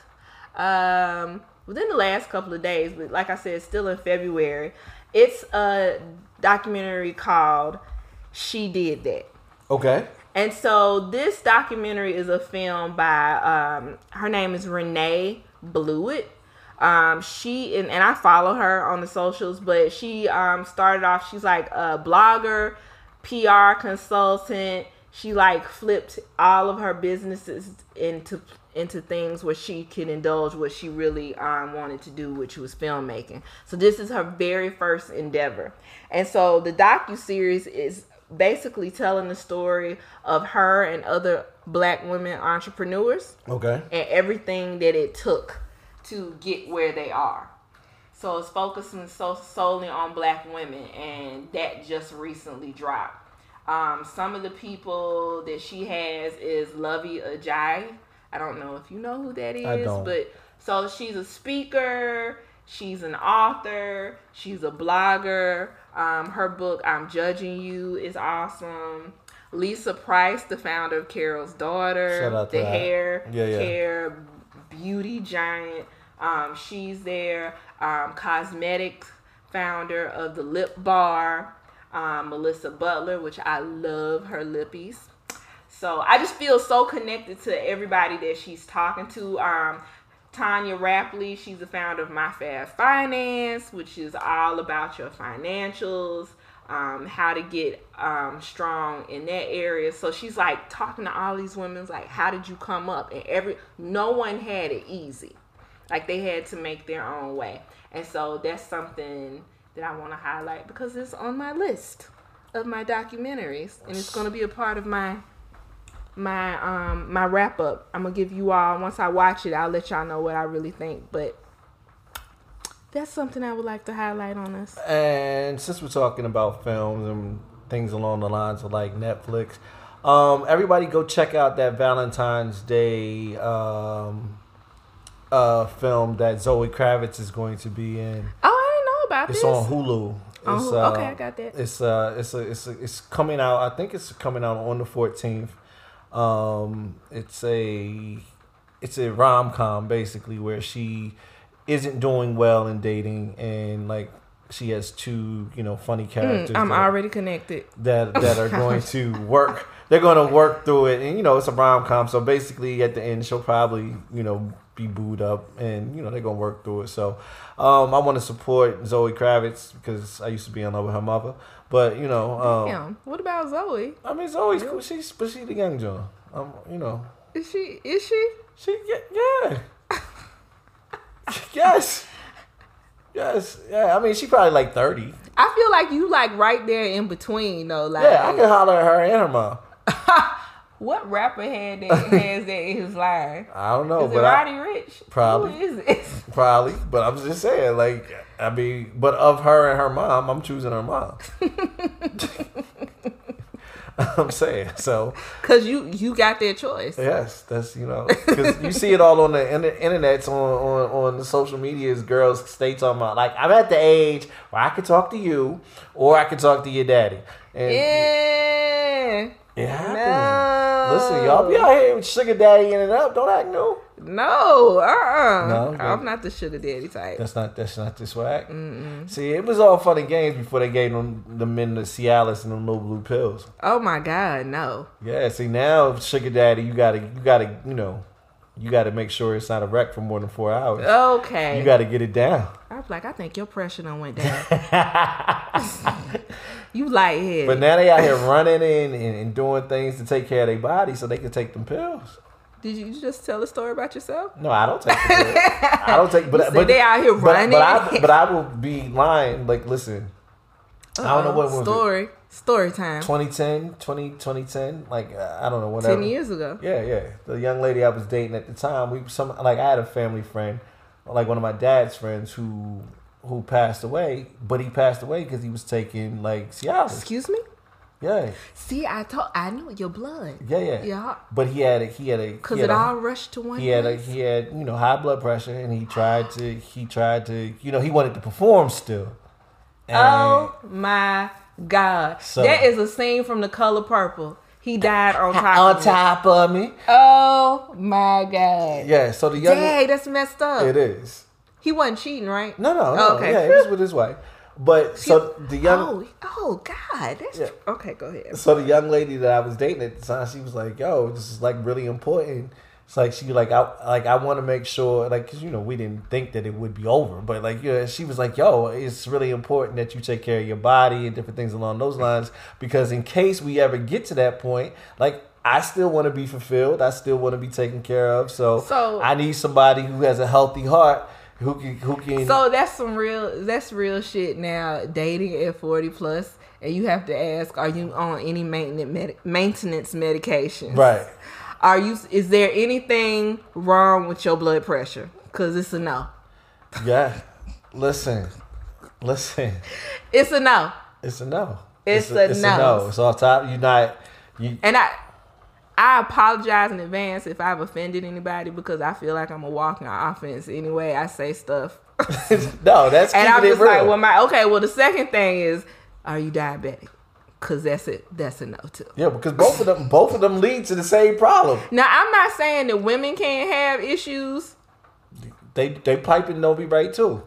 [SPEAKER 4] um within the last couple of days but like i said still in february it's a documentary called she did that
[SPEAKER 3] Okay,
[SPEAKER 4] and so this documentary is a film by um her name is renee blewett um she and, and i follow her on the socials but she um started off she's like a blogger pr consultant she like flipped all of her businesses into into things where she could indulge what she really um, wanted to do, which was filmmaking. So this is her very first endeavor, and so the docu series is basically telling the story of her and other Black women entrepreneurs
[SPEAKER 3] okay,
[SPEAKER 4] and everything that it took to get where they are. So it's focusing so solely on black women, and that just recently dropped. Um, some of the people that she has is Lovey Ajay. I don't know if you know who that is,
[SPEAKER 3] I don't.
[SPEAKER 4] but so she's a speaker, she's an author, she's a blogger. Um, her book "I'm Judging You" is awesome. Lisa Price, the founder of Carol's Daughter,
[SPEAKER 3] Shout out to
[SPEAKER 4] the
[SPEAKER 3] that.
[SPEAKER 4] hair
[SPEAKER 3] Yeah, yeah.
[SPEAKER 4] care beauty giant. Um, she's there. Um, cosmetics founder of the Lip Bar, um, Melissa Butler, which I love her lippies. So I just feel so connected to everybody that she's talking to. Um, Tanya Rapley. She's the founder of My Fast Finance, which is all about your financials, um, how to get um, strong in that area. So she's like talking to all these women, like, how did you come up? And every no one had it easy. Like they had to make their own way. And so that's something that I want to highlight because it's on my list of my documentaries and it's going to be a part of my my um my wrap up. I'm gonna give you all once I watch it. I'll let y'all know what I really think. But that's something I would like to highlight on us.
[SPEAKER 3] And since we're talking about films and things along the lines of like Netflix, um, everybody go check out that Valentine's Day um, uh, film that Zoe Kravitz is going to be in.
[SPEAKER 4] Oh, I didn't know about
[SPEAKER 3] It's
[SPEAKER 4] this.
[SPEAKER 3] on Hulu.
[SPEAKER 4] On
[SPEAKER 3] It's,
[SPEAKER 4] Hulu. Okay, I got that.
[SPEAKER 3] It's uh, it's a, it's a, it's coming out. I think it's coming out on the fourteenth. Um, it's a it's a rom com basically where she isn't doing well in dating and like she has two you know funny characters.
[SPEAKER 4] Hmm, I'm
[SPEAKER 3] that-
[SPEAKER 4] already connected.
[SPEAKER 3] that that are going to work. They're going to work through it, and you know it's a rom com. So basically, at the end, she'll probably you know be booed up, and you know they're going to work through it. So um, I want to support Zoe Kravitz because I used to be in love with her mother, but you know, um,
[SPEAKER 4] Damn. What about Zoe?
[SPEAKER 3] I mean, Zoe's cool. She's but she's the young John. Um, you know,
[SPEAKER 4] Is she? Is she?
[SPEAKER 3] she yeah, yeah. yes, yes, yeah. I mean, she probably like thirty.
[SPEAKER 4] I feel like you like right there in between though. Like
[SPEAKER 3] Yeah, I can holler at her and her mom.
[SPEAKER 4] what rapper had that has that in his line?
[SPEAKER 3] I don't know,
[SPEAKER 4] Is
[SPEAKER 3] Oh,
[SPEAKER 4] it
[SPEAKER 3] but I-
[SPEAKER 4] Roddy Rich?
[SPEAKER 3] Probably.
[SPEAKER 4] Who is this?
[SPEAKER 3] Probably, but I'm just saying, like, I mean, but of her and her mom, I'm choosing her mom. I'm saying so.
[SPEAKER 4] Cause you you got their choice.
[SPEAKER 3] Yes, that's you know because you see it all on the inter- internets on, on on the social medias. Girls stay talking about like I'm at the age where I could talk to you or I could talk to your daddy. And
[SPEAKER 4] Yeah.
[SPEAKER 3] it happens.
[SPEAKER 4] No.
[SPEAKER 3] Listen, y'all be out here with sugar daddy in and up. Don't act new.
[SPEAKER 4] No, uh-uh.
[SPEAKER 3] No?
[SPEAKER 4] I'm not the sugar daddy type.
[SPEAKER 3] That's not that's not the swag. See, it was all fun and games before they gave them the men the Cialis and them little blue pills.
[SPEAKER 4] Oh my God, no.
[SPEAKER 3] Yeah, see now sugar daddy, you gotta you gotta you know, you gotta make sure it's not a wreck for more than four hours.
[SPEAKER 4] Okay.
[SPEAKER 3] You gotta get it down.
[SPEAKER 4] I'm like, I think your pressure done went down. you lightheaded.
[SPEAKER 3] But now they out here running in and, and doing things to take care of their body so they can take them pills.
[SPEAKER 4] Did you just tell a story about yourself?
[SPEAKER 3] No, I don't take the pills. I don't take. But
[SPEAKER 4] said
[SPEAKER 3] but
[SPEAKER 4] they out here
[SPEAKER 3] but,
[SPEAKER 4] running.
[SPEAKER 3] But I, but I will be lying. Like listen, I don't know what was it.
[SPEAKER 4] story. Story time.
[SPEAKER 3] 2010, 20, 2010, Like uh, I don't know whatever.
[SPEAKER 4] Ten years ago.
[SPEAKER 3] Yeah, yeah. The young lady I was dating at the time, we some like I had a family friend, like one of my dad's friends who who passed away, but he passed away because he was taking like Cialis.
[SPEAKER 4] Excuse me.
[SPEAKER 3] Yeah,
[SPEAKER 4] See, I told I knew your blood.
[SPEAKER 3] yeah, yeah.
[SPEAKER 4] Yeah.
[SPEAKER 3] But he had a he had a
[SPEAKER 4] Cause
[SPEAKER 3] he had
[SPEAKER 4] it
[SPEAKER 3] a-
[SPEAKER 4] all rushed to one.
[SPEAKER 3] he had a,
[SPEAKER 4] place.
[SPEAKER 3] he had you know high blood pressure and he tried to he tried to you know he wanted to perform still. And
[SPEAKER 4] Oh my God.
[SPEAKER 3] So-
[SPEAKER 4] that is a scene from The Color Purple. He died on top.
[SPEAKER 3] on
[SPEAKER 4] of it.
[SPEAKER 3] top of me.
[SPEAKER 4] Oh my God.
[SPEAKER 3] Yeah. So the young
[SPEAKER 4] Dang, that's messed up.
[SPEAKER 3] it is.
[SPEAKER 4] He wasn't cheating, right?
[SPEAKER 3] No, no, no.
[SPEAKER 4] Oh, Okay.
[SPEAKER 3] Yeah, he was with his wife. But so the young
[SPEAKER 4] Oh, oh God. That's
[SPEAKER 3] Yeah.
[SPEAKER 4] okay. Go ahead.
[SPEAKER 3] So the young lady that I was dating at the time, she was like, "Yo, this is like really important." It's like she like I like I want to make sure like 'cause, you know we didn't think that it would be over, but like yeah, she was like, "Yo, it's really important that you take care of your body and different things along those lines because in case we ever get to that point, like." I still want to be fulfilled. I still want to be taken care of. So,
[SPEAKER 4] So-
[SPEAKER 3] I need somebody who has a healthy heart, who can who can
[SPEAKER 4] So that's some real. That's real shit. Now dating at forty plus, and you have to ask: Are you on any maintenance med- maintenance medication?
[SPEAKER 3] right.
[SPEAKER 4] Are you? Is there anything wrong with your blood pressure? Cause it's a no.
[SPEAKER 3] Yeah. Listen, listen.
[SPEAKER 4] It's a no.
[SPEAKER 3] It's a no.
[SPEAKER 4] It's a no.
[SPEAKER 3] It's off top. You're not. You
[SPEAKER 4] And I, I apologize in advance if I've offended anybody because I feel like I'm a walking offense anyway. I say stuff.
[SPEAKER 3] no. That's
[SPEAKER 4] And
[SPEAKER 3] keeping
[SPEAKER 4] I'm
[SPEAKER 3] it
[SPEAKER 4] just
[SPEAKER 3] real.
[SPEAKER 4] like, well, my okay. Well, the second thing is, are you diabetic? Cause that's it. That's a no too.
[SPEAKER 3] yeah, because both of them, both of them lead to the same problem.
[SPEAKER 4] Now, I'm not saying that women can't have issues.
[SPEAKER 3] They they piping don't be right too.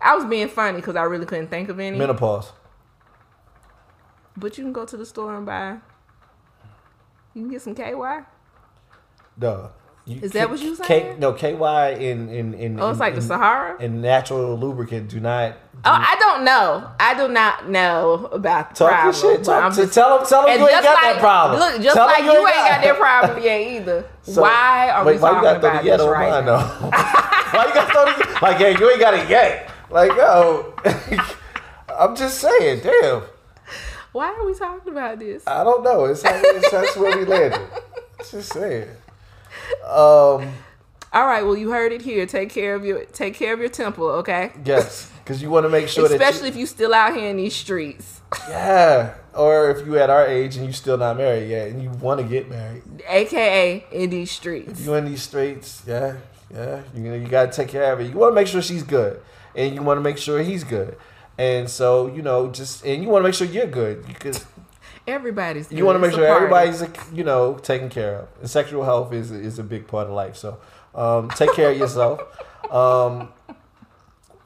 [SPEAKER 4] I was being funny because I really couldn't think of any.
[SPEAKER 3] Menopause.
[SPEAKER 4] But you can Oh, go to the store and buy. You can get some KY.
[SPEAKER 3] No.
[SPEAKER 4] Is that what you
[SPEAKER 3] K-
[SPEAKER 4] saying?
[SPEAKER 3] no, KY in in in.
[SPEAKER 4] Oh, it's
[SPEAKER 3] in-
[SPEAKER 4] like the
[SPEAKER 3] in-
[SPEAKER 4] Sahara?
[SPEAKER 3] And natural lubricant do not
[SPEAKER 4] Oh, I don't know. I do not know about the
[SPEAKER 3] talk
[SPEAKER 4] problem.
[SPEAKER 3] your shit.
[SPEAKER 4] but
[SPEAKER 3] Talk,
[SPEAKER 4] I'm
[SPEAKER 3] to,
[SPEAKER 4] just-
[SPEAKER 3] tell them, tell them
[SPEAKER 4] and
[SPEAKER 3] Oh, you ain't
[SPEAKER 4] just
[SPEAKER 3] got
[SPEAKER 4] like,
[SPEAKER 3] that problem.
[SPEAKER 4] Look, just
[SPEAKER 3] Tell 'em
[SPEAKER 4] like you ain't got that
[SPEAKER 3] it.
[SPEAKER 4] problem yet either.
[SPEAKER 3] So-
[SPEAKER 4] why are
[SPEAKER 3] wait,
[SPEAKER 4] we
[SPEAKER 3] why you gotta
[SPEAKER 4] talking
[SPEAKER 3] throw
[SPEAKER 4] about
[SPEAKER 3] the yet
[SPEAKER 4] this
[SPEAKER 3] on
[SPEAKER 4] right
[SPEAKER 3] mine,
[SPEAKER 4] now?
[SPEAKER 3] though? why you got to throw the like? Yeah, you ain't got it yet. Like, oh, I'm just saying, damn.
[SPEAKER 4] Why are we talking about this?
[SPEAKER 3] I don't know. It's, like, it's that's where we landed. Just saying. Um,
[SPEAKER 4] All right, well you heard it here. Take care of your take care of your temple, okay?
[SPEAKER 3] yes, because you want to make sure
[SPEAKER 4] Especially
[SPEAKER 3] that
[SPEAKER 4] if you still out here in these streets.
[SPEAKER 3] you, yeah, or if you at our age and you still not married yet and you want to get married,
[SPEAKER 4] AKA in these streets.
[SPEAKER 3] you in these streets, yeah, yeah, you know, you gotta take care of it. You want to make sure she's good, and you want to make sure he's good, and so you know, just and you want to make sure you're good because
[SPEAKER 4] Everybody's
[SPEAKER 3] you want to
[SPEAKER 4] good.
[SPEAKER 3] make
[SPEAKER 4] It's a
[SPEAKER 3] sure
[SPEAKER 4] party.
[SPEAKER 3] everybody's you know taken care of. And sexual health is is a big part of life. So um, take care of yourself. Um,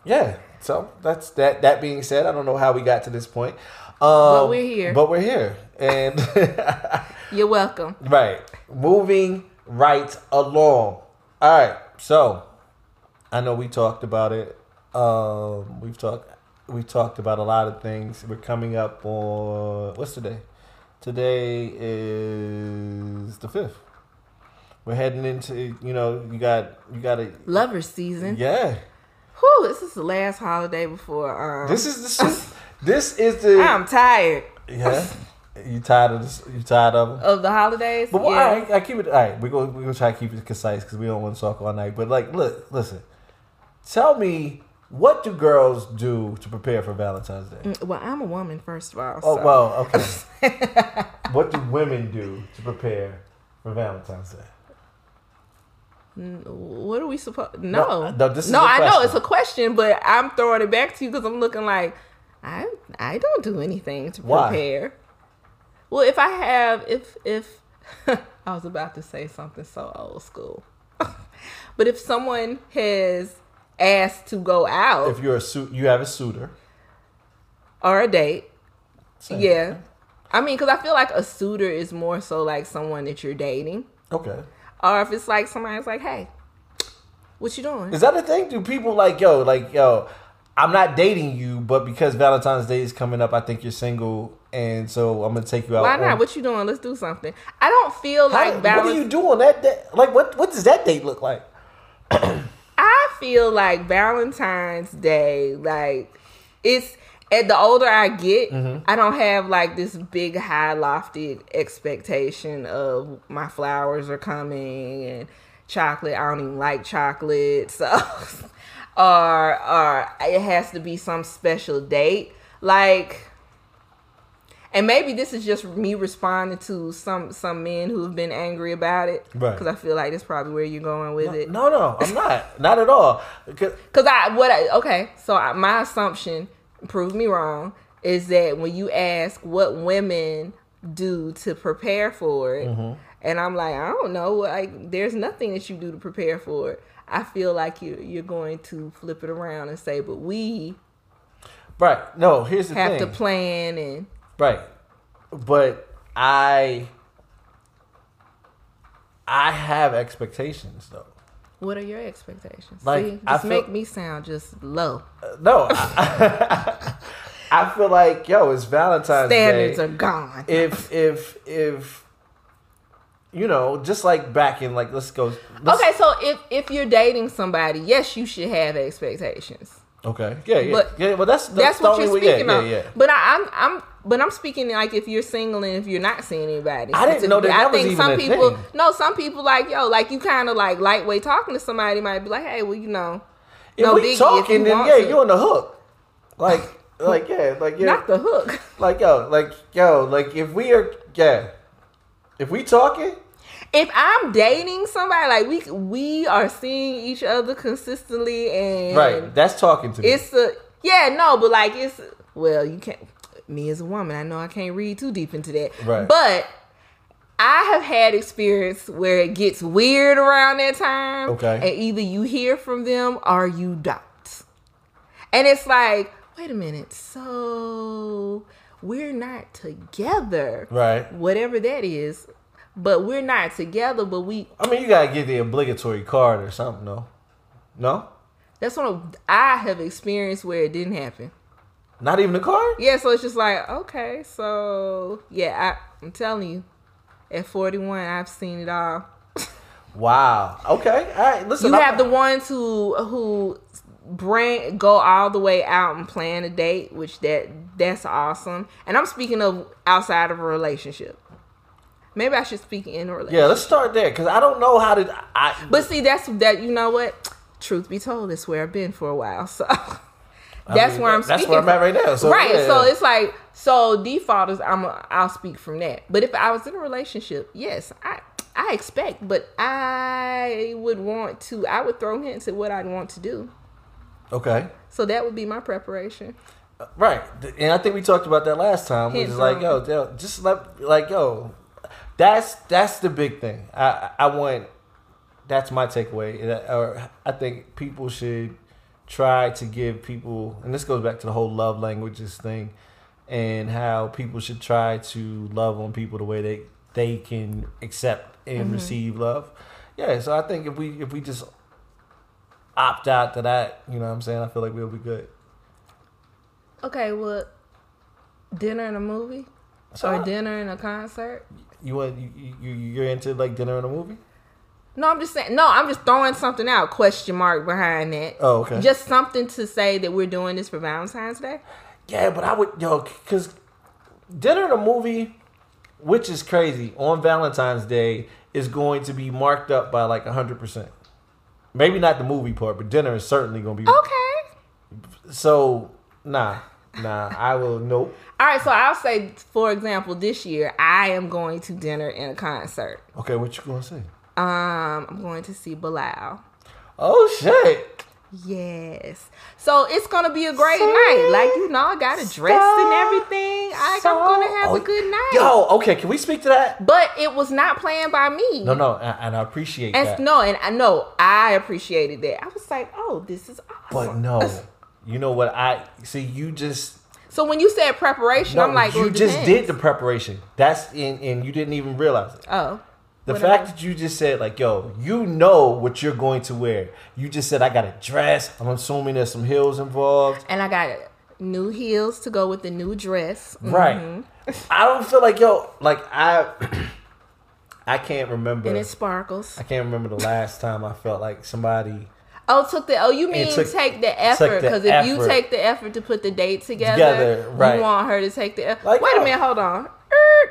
[SPEAKER 3] yeah. So that's that. That being said, I don't know how we got to this point. Um, but
[SPEAKER 4] we're here.
[SPEAKER 3] But we're here, and
[SPEAKER 4] You're welcome.
[SPEAKER 3] right, moving right along. All right. So I know we talked about it. Um, we've talked. We talked about a lot of things. We're coming up on what's today? Today is the fifth. We're heading into you know you got you got to
[SPEAKER 4] Lover season.
[SPEAKER 3] yeah.
[SPEAKER 4] Whew, this is the last holiday before um
[SPEAKER 3] This is this is this is the
[SPEAKER 4] I'm tired
[SPEAKER 3] yeah. You tired of this? You tired of? 'em?
[SPEAKER 4] of the holidays.
[SPEAKER 3] But
[SPEAKER 4] Yeah.
[SPEAKER 3] why? I, keep it. All right, we're gonna we're gonna try to keep it concise because we don't want to talk all night. But like, look, listen. Tell me, what do girls do to prepare for Valentine's Day?
[SPEAKER 4] Well, I'm a woman, first of all.
[SPEAKER 3] Oh
[SPEAKER 4] so.
[SPEAKER 3] well, okay. what do women do to prepare for Valentine's Day?
[SPEAKER 4] What are we supposed? No,
[SPEAKER 3] No, no, this is
[SPEAKER 4] no.
[SPEAKER 3] a
[SPEAKER 4] I know
[SPEAKER 3] question.
[SPEAKER 4] it's a question, but I'm throwing it back to you because I'm looking like I I don't do anything to
[SPEAKER 3] Why?
[SPEAKER 4] prepare. Well, if I have, if if I was about to say something so old school, but if someone has asked to go out
[SPEAKER 3] If you're a suit, you have a suitor.
[SPEAKER 4] or a date,
[SPEAKER 3] Same.
[SPEAKER 4] yeah. I mean, because I feel like a suitor is more so like someone that you're dating,
[SPEAKER 3] Okay.
[SPEAKER 4] or if it's like somebody's like, "Hey, what you doing?"
[SPEAKER 3] Is that a thing? Do people like yo, like yo? I'm not dating you, but because Valentine's Day is coming up, I think you're single, and so I'm gonna take you out.
[SPEAKER 4] Why
[SPEAKER 3] on-
[SPEAKER 4] not? What you doing? Let's do something. I don't feel
[SPEAKER 3] "Oh." How-
[SPEAKER 4] like
[SPEAKER 3] What
[SPEAKER 4] Valentine's.
[SPEAKER 3] do you do on that day? Like, what what does that date look like?
[SPEAKER 4] I feel like Valentine's Day, like it's. And the older I get,
[SPEAKER 3] Mm-hmm.
[SPEAKER 4] I don't have like this big, high, lofty expectation of my flowers are coming and chocolate. I don't even like chocolate, so or or it has to be some special date. Like and maybe this is just me responding to some some men who have been angry about it
[SPEAKER 3] Right.
[SPEAKER 4] i feel like that's probably where you're going with it
[SPEAKER 3] No, no, I'm not. not at all. 'Cause-
[SPEAKER 4] because i what I, okay so I, my assumption prove me wrong is that when you ask what women do to prepare for it
[SPEAKER 3] Mm-hmm.
[SPEAKER 4] and i'm like i don't know like there's nothing that you do to prepare for it i feel like you you're going to flip it around and say but we
[SPEAKER 3] Right. No, here's the
[SPEAKER 4] have
[SPEAKER 3] thing.
[SPEAKER 4] to plan and
[SPEAKER 3] Right. But I I have expectations though.
[SPEAKER 4] what are your expectations
[SPEAKER 3] Like,
[SPEAKER 4] see just
[SPEAKER 3] I feel-
[SPEAKER 4] make me sound just low
[SPEAKER 3] No, I, I feel like yo, it's Valentine's
[SPEAKER 4] standards
[SPEAKER 3] Day.
[SPEAKER 4] are gone.
[SPEAKER 3] if if if you know, just like back in like let's go. let's-
[SPEAKER 4] okay, so if if you're dating somebody, yes, you should have expectations.
[SPEAKER 3] Okay. Yeah. Yeah.
[SPEAKER 4] But
[SPEAKER 3] yeah. Well, that's
[SPEAKER 4] That's,
[SPEAKER 3] that's,
[SPEAKER 4] what
[SPEAKER 3] the
[SPEAKER 4] you're
[SPEAKER 3] only way-
[SPEAKER 4] speaking
[SPEAKER 3] yeah,
[SPEAKER 4] of.
[SPEAKER 3] Yeah. Yeah.
[SPEAKER 4] But I, I'm I'm but I'm speaking like if you're single and if you're not seeing anybody.
[SPEAKER 3] I didn't know that
[SPEAKER 4] specifically.
[SPEAKER 3] that was even
[SPEAKER 4] some
[SPEAKER 3] a
[SPEAKER 4] people
[SPEAKER 3] thing.
[SPEAKER 4] no, some people like yo, like you kind of like lightweight talking to somebody might be like, hey, well, you know,
[SPEAKER 3] If
[SPEAKER 4] no
[SPEAKER 3] we
[SPEAKER 4] biggie, if
[SPEAKER 3] talking,
[SPEAKER 4] you
[SPEAKER 3] then
[SPEAKER 4] want
[SPEAKER 3] yeah,
[SPEAKER 4] to.
[SPEAKER 3] you on the hook. Like, like yeah, like yeah,
[SPEAKER 4] not the hook.
[SPEAKER 3] like yo, like yo, like if we are yeah, if we talking,
[SPEAKER 4] if I'm dating somebody, like we we are seeing each other consistently and
[SPEAKER 3] right? That's talking to me.
[SPEAKER 4] it's a yeah no but like it's well you can't me as a woman i know i can't read too deep into that
[SPEAKER 3] Right.
[SPEAKER 4] but i have had experience where it gets weird around that time
[SPEAKER 3] Okay.
[SPEAKER 4] and either you hear from them or you don't and it's like wait a minute so we're not together
[SPEAKER 3] Right.
[SPEAKER 4] whatever that is but we're not together. But we
[SPEAKER 3] I mean, you gotta get the obligatory card or something, though. No,
[SPEAKER 4] that's what I have experienced where it didn't happen.
[SPEAKER 3] not even a card.
[SPEAKER 4] Yeah, so it's just like okay, so yeah, I, I'm telling you, at 41, I've seen it all.
[SPEAKER 3] Wow. Okay. All right. Listen.
[SPEAKER 4] You
[SPEAKER 3] I'm-
[SPEAKER 4] have the ones who who bring go all the way out and plan a date, which that that's awesome. And I'm speaking of outside of a relationship. Maybe I should speak in a relationship.
[SPEAKER 3] Yeah. Let's start there because I don't know how to. I
[SPEAKER 4] But see, that's that. You know what? Truth be told, that's where I've been for a while. So that's
[SPEAKER 3] mean,
[SPEAKER 4] where I'm.
[SPEAKER 3] that's
[SPEAKER 4] speaking
[SPEAKER 3] where I'm
[SPEAKER 4] from.
[SPEAKER 3] at right now, so,
[SPEAKER 4] right.
[SPEAKER 3] yeah.
[SPEAKER 4] So it's like so default is I'm. A, I'll speak from that. But if I was in a relationship, yes, I I expect, but I would want to. I would throw hints at what I'd want to do.
[SPEAKER 3] okay.
[SPEAKER 4] So that would be my preparation.
[SPEAKER 3] Right, and I think we talked about that last time. We
[SPEAKER 4] Hit
[SPEAKER 3] just like, yo,
[SPEAKER 4] zone.
[SPEAKER 3] yo, just let, like, yo, that's that's the big thing. I I I want. That's my takeaway. And I- Or I think people should try to give people, and this goes back to the whole love languages thing, and how people should try to love on people the way they they can accept and receive love. Yeah, so I think if we if we just opt out to that, you know, what I'm saying, I feel like we'll be good.
[SPEAKER 4] Okay. Well, dinner and a movie,
[SPEAKER 3] So
[SPEAKER 4] or
[SPEAKER 3] I-
[SPEAKER 4] dinner and a concert.
[SPEAKER 3] You want you, you- you you're into like dinner and a movie?
[SPEAKER 4] No, I'm just saying. No, I'm just throwing something out. Question mark behind that.
[SPEAKER 3] Oh, okay.
[SPEAKER 4] Just something to say that we're doing this for Valentine's Day.
[SPEAKER 3] Yeah, but I would yo because dinner and a movie, which is crazy on Valentine's Day, is going to be marked up by like hundred percent. Maybe not the movie part, but dinner is certainly going to be.
[SPEAKER 4] Okay.
[SPEAKER 3] So nah, nah, I will nope.
[SPEAKER 4] All right. So I'll say, for example, this year I am going to dinner and a concert.
[SPEAKER 3] Okay, what you gonna say?
[SPEAKER 4] Um, I'm going to see Bilal.
[SPEAKER 3] Oh shit!
[SPEAKER 4] Yes. So it's gonna be a great night. Like you know, I got a dress and everything. Like,
[SPEAKER 3] So-
[SPEAKER 4] I'm gonna have
[SPEAKER 3] oh,
[SPEAKER 4] a good night.
[SPEAKER 3] Yo, okay, can we speak to that?
[SPEAKER 4] But it was not planned by me.
[SPEAKER 3] No, no, and, and I appreciate
[SPEAKER 4] And
[SPEAKER 3] that.
[SPEAKER 4] no, and I know I appreciated that. I was like, oh, this is awesome.
[SPEAKER 3] but no, you know what? I see you just
[SPEAKER 4] So when you said preparation, I'm like,
[SPEAKER 3] you
[SPEAKER 4] well, it
[SPEAKER 3] just
[SPEAKER 4] depends.
[SPEAKER 3] did the preparation. That's and, and you didn't even realize it.
[SPEAKER 4] Oh,
[SPEAKER 3] The
[SPEAKER 4] whatever.
[SPEAKER 3] fact that you just said like, "Yo, you know what you're going to wear." You just said, "I got a dress." I'm assuming there's some heels involved,
[SPEAKER 4] and I got new heels to go with the new dress. Mhm.
[SPEAKER 3] right? I don't feel like yo, like I, I can't remember.
[SPEAKER 4] And it sparkles.
[SPEAKER 3] I can't remember the last time I felt like somebody
[SPEAKER 4] Oh, took the oh, you mean
[SPEAKER 3] took-
[SPEAKER 4] take the effort?
[SPEAKER 3] the
[SPEAKER 4] Because if you
[SPEAKER 3] effort.
[SPEAKER 4] take the effort to put the date together,
[SPEAKER 3] Together, right.
[SPEAKER 4] you want her to take the effort.
[SPEAKER 3] Like, uh,
[SPEAKER 4] Wait
[SPEAKER 3] yo.
[SPEAKER 4] a minute, hold on. Er,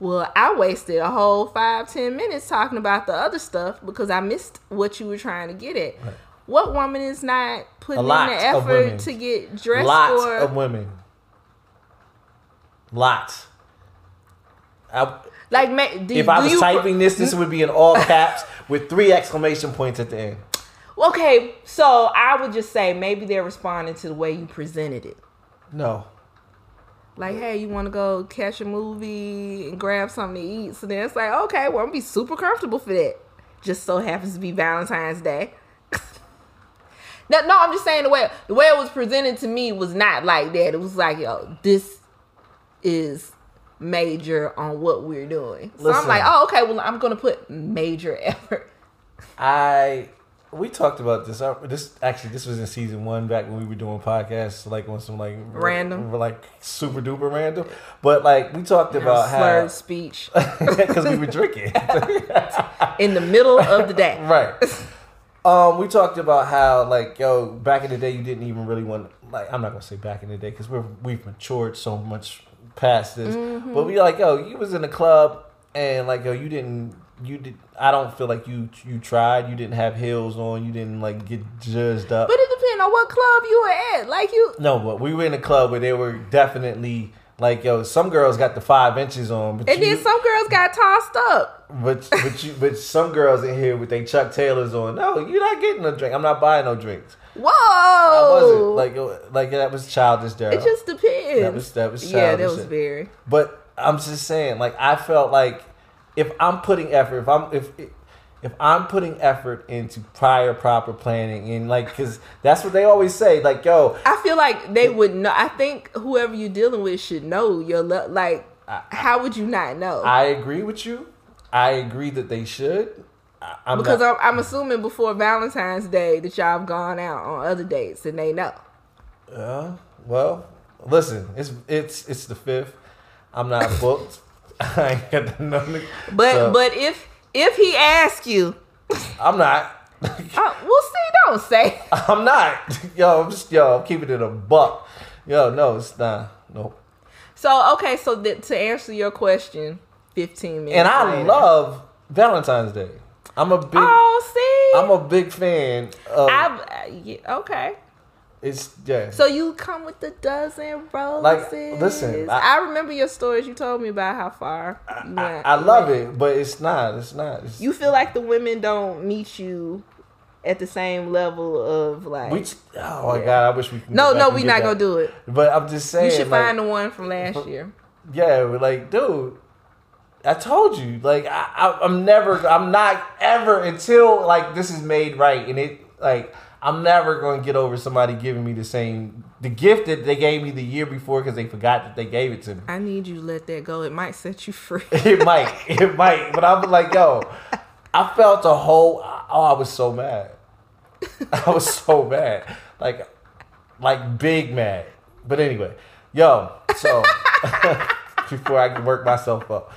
[SPEAKER 4] Well, I wasted a whole five ten minutes talking about the other stuff because I missed what you were trying to get at. What woman is not putting in
[SPEAKER 3] lot
[SPEAKER 4] the
[SPEAKER 3] of women.
[SPEAKER 4] effort to get dressed
[SPEAKER 3] lots
[SPEAKER 4] for?
[SPEAKER 3] of women, lots. I,
[SPEAKER 4] like, ma- do,
[SPEAKER 3] if
[SPEAKER 4] do
[SPEAKER 3] I was
[SPEAKER 4] you,
[SPEAKER 3] typing this, this would be in all caps with three exclamation points at the end.
[SPEAKER 4] Okay, so I would just say maybe they're responding to the way you presented it.
[SPEAKER 3] No.
[SPEAKER 4] Like, hey, you want to go catch a movie and grab something to eat? So then it's like, okay, well, I'm gonna be super comfortable for that. Just so happens to be Valentine's Day. no, no, I'm just saying the way the way it was presented to me was not like that. It was like, yo, this is major on what we're doing. So
[SPEAKER 3] Listen.
[SPEAKER 4] I'm like, oh, okay, well, I'm gonna put major effort.
[SPEAKER 3] I we talked about this. I, this actually this was in season one back when we were doing podcasts, like on some like r-
[SPEAKER 4] Random.
[SPEAKER 3] r- like super duper random. But like we talked about
[SPEAKER 4] Slurred
[SPEAKER 3] how
[SPEAKER 4] speech
[SPEAKER 3] because we were drinking,
[SPEAKER 4] in the middle of the day.
[SPEAKER 3] right? Um, we talked about how like yo back in the day you didn't even really want like I'm not gonna say back in the day because we're we've matured so much past this,
[SPEAKER 4] Mm-hmm.
[SPEAKER 3] but we like yo you was in the club and like yo you didn't you did I don't feel like you you tried you didn't have heels on you didn't like get judged up.
[SPEAKER 4] But it depends on what club you were at. Like you,
[SPEAKER 3] No, but we were in a club where they were definitely like, yo, some girls got the five inches on, but
[SPEAKER 4] and
[SPEAKER 3] you,
[SPEAKER 4] then some girls got tossed up.
[SPEAKER 3] but but you, but some girls in here with they Chuck Taylors on. No, you're not getting no drink. I'm not buying no drinks.
[SPEAKER 4] Whoa!
[SPEAKER 3] I wasn't like it- like that was childish, Daryl.
[SPEAKER 4] Oh. it just depends.
[SPEAKER 3] That was- that was
[SPEAKER 4] yeah, that
[SPEAKER 3] childish.
[SPEAKER 4] was very.
[SPEAKER 3] But I'm just saying, like I felt like if I'm putting effort, if I'm if if I'm putting effort into prior proper planning and like because that's what they always say, like yo,
[SPEAKER 4] I feel like they would know. I think whoever you're dealing with should know your love. Like, how would you not know?
[SPEAKER 3] I agree with you. I agree that they should. I, I'm
[SPEAKER 4] Because
[SPEAKER 3] not-
[SPEAKER 4] I'm, I'm assuming before Valentine's Day that y'all have gone out on other dates and they know.
[SPEAKER 3] Yeah. Well, listen, it's it's it's the fifth. I'm not booked. I ain't got nothing.
[SPEAKER 4] But
[SPEAKER 3] so,
[SPEAKER 4] but if if he asks you,
[SPEAKER 3] I'm not.
[SPEAKER 4] uh, we'll see. Don't say.
[SPEAKER 3] I'm not. Yo, I'm just yo. I'm keeping it a buck. Yo, no, it's not. Nope.
[SPEAKER 4] So okay, so that to answer your question, fifteen minutes.
[SPEAKER 3] And I
[SPEAKER 4] later.
[SPEAKER 3] love Valentine's Day. I'm a big.
[SPEAKER 4] Oh, see,
[SPEAKER 3] I'm a big fan of.
[SPEAKER 4] I've, uh, yeah, okay.
[SPEAKER 3] it's yeah.
[SPEAKER 4] So you come with the dozen roses.
[SPEAKER 3] listen, I-
[SPEAKER 4] I, remember your stories. You told me about how far you
[SPEAKER 3] I,
[SPEAKER 4] went.
[SPEAKER 3] I love it, but it's not. It's not. It's,
[SPEAKER 4] You feel like the women don't meet you at the same level of like.
[SPEAKER 3] we, oh my
[SPEAKER 4] Yeah.
[SPEAKER 3] god! I wish we. Could
[SPEAKER 4] no, no, we not gonna do it.
[SPEAKER 3] it. But I'm just saying.
[SPEAKER 4] You should
[SPEAKER 3] like,
[SPEAKER 4] find the one from last year.
[SPEAKER 3] yeah, we're like, dude, I told you, like, I, I, I'm never, I'm not ever until like this is made right, and it, like, I'm never going to get over somebody giving me the same, the gift that they gave me the year before because they forgot that they gave it to me.
[SPEAKER 4] I need you to let that go. It might set you free.
[SPEAKER 3] It might, it might, but I'm like, yo, I felt a whole, oh, I was so mad, I was so mad, like, like big mad. But anyway, yo, so. before I can work myself up.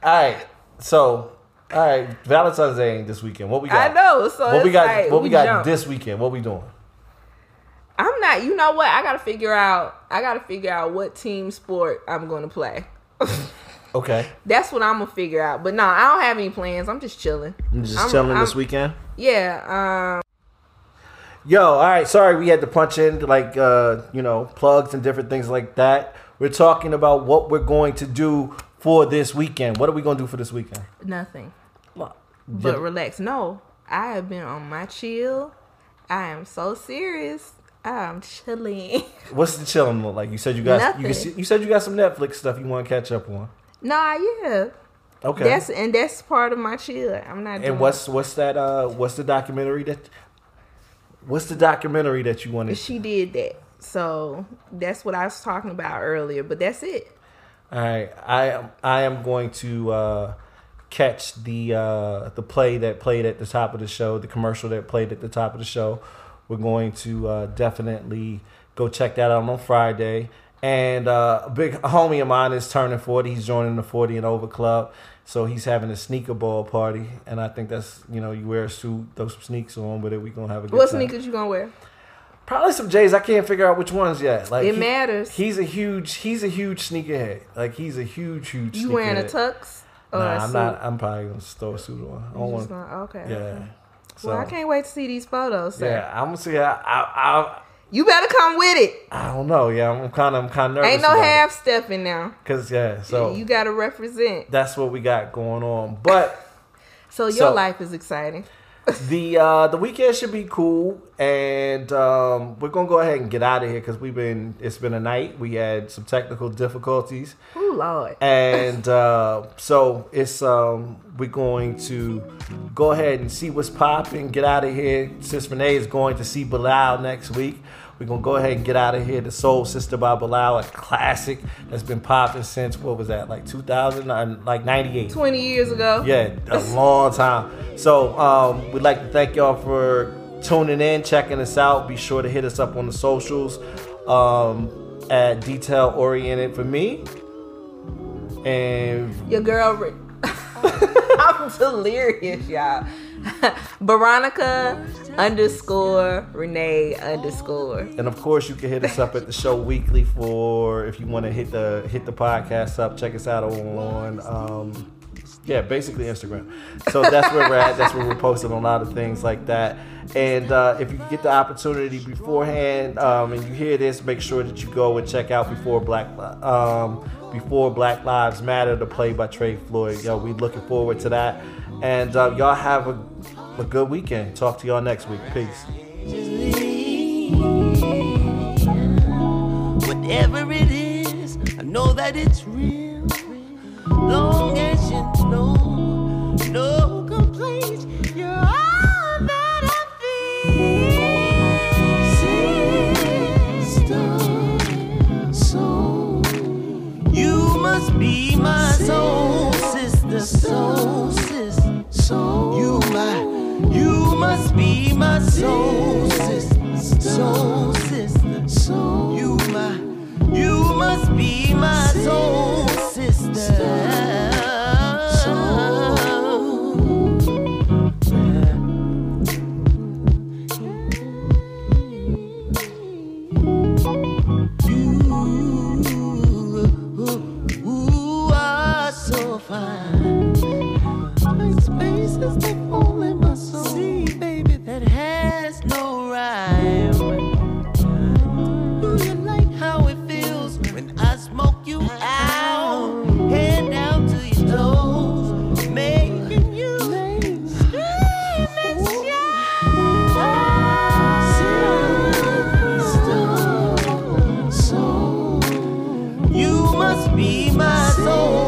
[SPEAKER 3] All right, so all right, Valentine's Day ain't this weekend. What we got?
[SPEAKER 4] I know. So
[SPEAKER 3] What
[SPEAKER 4] it's
[SPEAKER 3] we got?
[SPEAKER 4] like,
[SPEAKER 3] what we, got
[SPEAKER 4] jumped.
[SPEAKER 3] this weekend? What we doing?
[SPEAKER 4] I'm not. You know what? I gotta figure out. I gotta figure out what team sport I'm gonna play.
[SPEAKER 3] Okay,
[SPEAKER 4] That's what I'm gonna figure out. But no, I don't have any plans. I'm just chilling.
[SPEAKER 3] I'm just
[SPEAKER 4] I'm-
[SPEAKER 3] chilling this
[SPEAKER 4] I'm-
[SPEAKER 3] weekend.
[SPEAKER 4] Yeah. Um.
[SPEAKER 3] Yo, all right. Sorry, we had to punch in like uh, you know plugs and different things like that. We're talking about what we're going to do for this weekend. What are we going to do for this weekend?
[SPEAKER 4] um, Nothing. But relax. No, I have been on my chill. I am so serious. I'm chilling.
[SPEAKER 3] What's the chilling look like? You said you got you,
[SPEAKER 4] Nothing.
[SPEAKER 3] you said you got some Netflix stuff you want to catch up on.
[SPEAKER 4] nah, yeah.
[SPEAKER 3] Okay.
[SPEAKER 4] That's and that's part of my chill. I'm not. doing-
[SPEAKER 3] And what's what's that? Uh, what's the documentary that? What's the documentary that you wanted?
[SPEAKER 4] she did that. So that's what I was talking about earlier. But that's it.
[SPEAKER 3] All right, I am I am going to uh, catch the uh, the play that played at the top of the show, the commercial that played at the top of the show. We're going to uh, definitely go check that out on Friday. And uh, a big homie of mine is turning forty. He's joining the forty and over club, so he's having a sneaker ball party. And I think that's you know you wear a suit, throw some sneakers on with it. We are gonna have a good
[SPEAKER 4] What
[SPEAKER 3] time.
[SPEAKER 4] sneakers you gonna wear?
[SPEAKER 3] Probably some J's. I can't figure out which ones yet. Like
[SPEAKER 4] It
[SPEAKER 3] he-
[SPEAKER 4] matters.
[SPEAKER 3] He's a huge. He's a huge sneakerhead. Like he's a huge, huge.
[SPEAKER 4] You wearing a
[SPEAKER 3] sneakerhead.
[SPEAKER 4] tux or
[SPEAKER 3] Nah,
[SPEAKER 4] a
[SPEAKER 3] I'm
[SPEAKER 4] suit?
[SPEAKER 3] not. I'm probably gonna just throw a suit on. I don't
[SPEAKER 4] You
[SPEAKER 3] want.
[SPEAKER 4] just gonna- okay.
[SPEAKER 3] Yeah. So
[SPEAKER 4] Well, I can't wait to see these photos. Sir.
[SPEAKER 3] yeah, I'm gonna see. I, I,
[SPEAKER 4] You better come with it.
[SPEAKER 3] I, I don't know. Yeah, I'm kind of, I'm kind of nervous.
[SPEAKER 4] Ain't no half stepping now.
[SPEAKER 3] Because yeah, so
[SPEAKER 4] you gotta represent.
[SPEAKER 3] that's what we got going on. But
[SPEAKER 4] So your
[SPEAKER 3] So-
[SPEAKER 4] life is exciting.
[SPEAKER 3] the uh the weekend should be cool and um we're gonna go ahead and get out of here because we've been it's been a night we had some technical difficulties
[SPEAKER 4] Oh Lord.
[SPEAKER 3] and uh, so it's um, we're going to go ahead and see what's popping. Get out of here. Sis Renee is going to see Bilal next week. We're gonna go ahead and get out of here. The Soul Sister by Bilal, a classic that's been popping since what was that, like 2000, uh, like 98.
[SPEAKER 4] Twenty years ago.
[SPEAKER 3] Mm-hmm. Yeah, a long time. So um, we'd like to thank y'all for tuning in, checking us out. Be sure to hit us up on the socials um, at Detail Oriented for me. And
[SPEAKER 4] Your girl. Re- I'm delirious, y'all. Veronica underscore Renee underscore.
[SPEAKER 3] and of course, you can hit us up at the show weekly for if you want to hit the hit the podcast up. Check us out on um, yeah, basically Instagram. So that's where we're at. That's where we're posting a lot of things like that. And uh, if you get the opportunity beforehand um, and you hear this, make sure that you go and check out before Black Li- um, before Black Lives Matter, the play by Trey Floyd. Yo, we looking forward to that. And uh, y'all have a, a good weekend. Talk to y'all next week. Peace.
[SPEAKER 5] Whatever it is, I know that it's real. Long as you know, no complaints, you're all that I feel. Sister, soul, you must be my soul sister, soul sister. must be my soul sister, soul sister, soul. You my, you must be my soul sister. You are so fine. My space is the only my soul. See, baby, that has no rhyme. Do you like how it feels when I smoke you out? Head down to your toes, making you scream and shout. You must be my soul. Ah, Ah.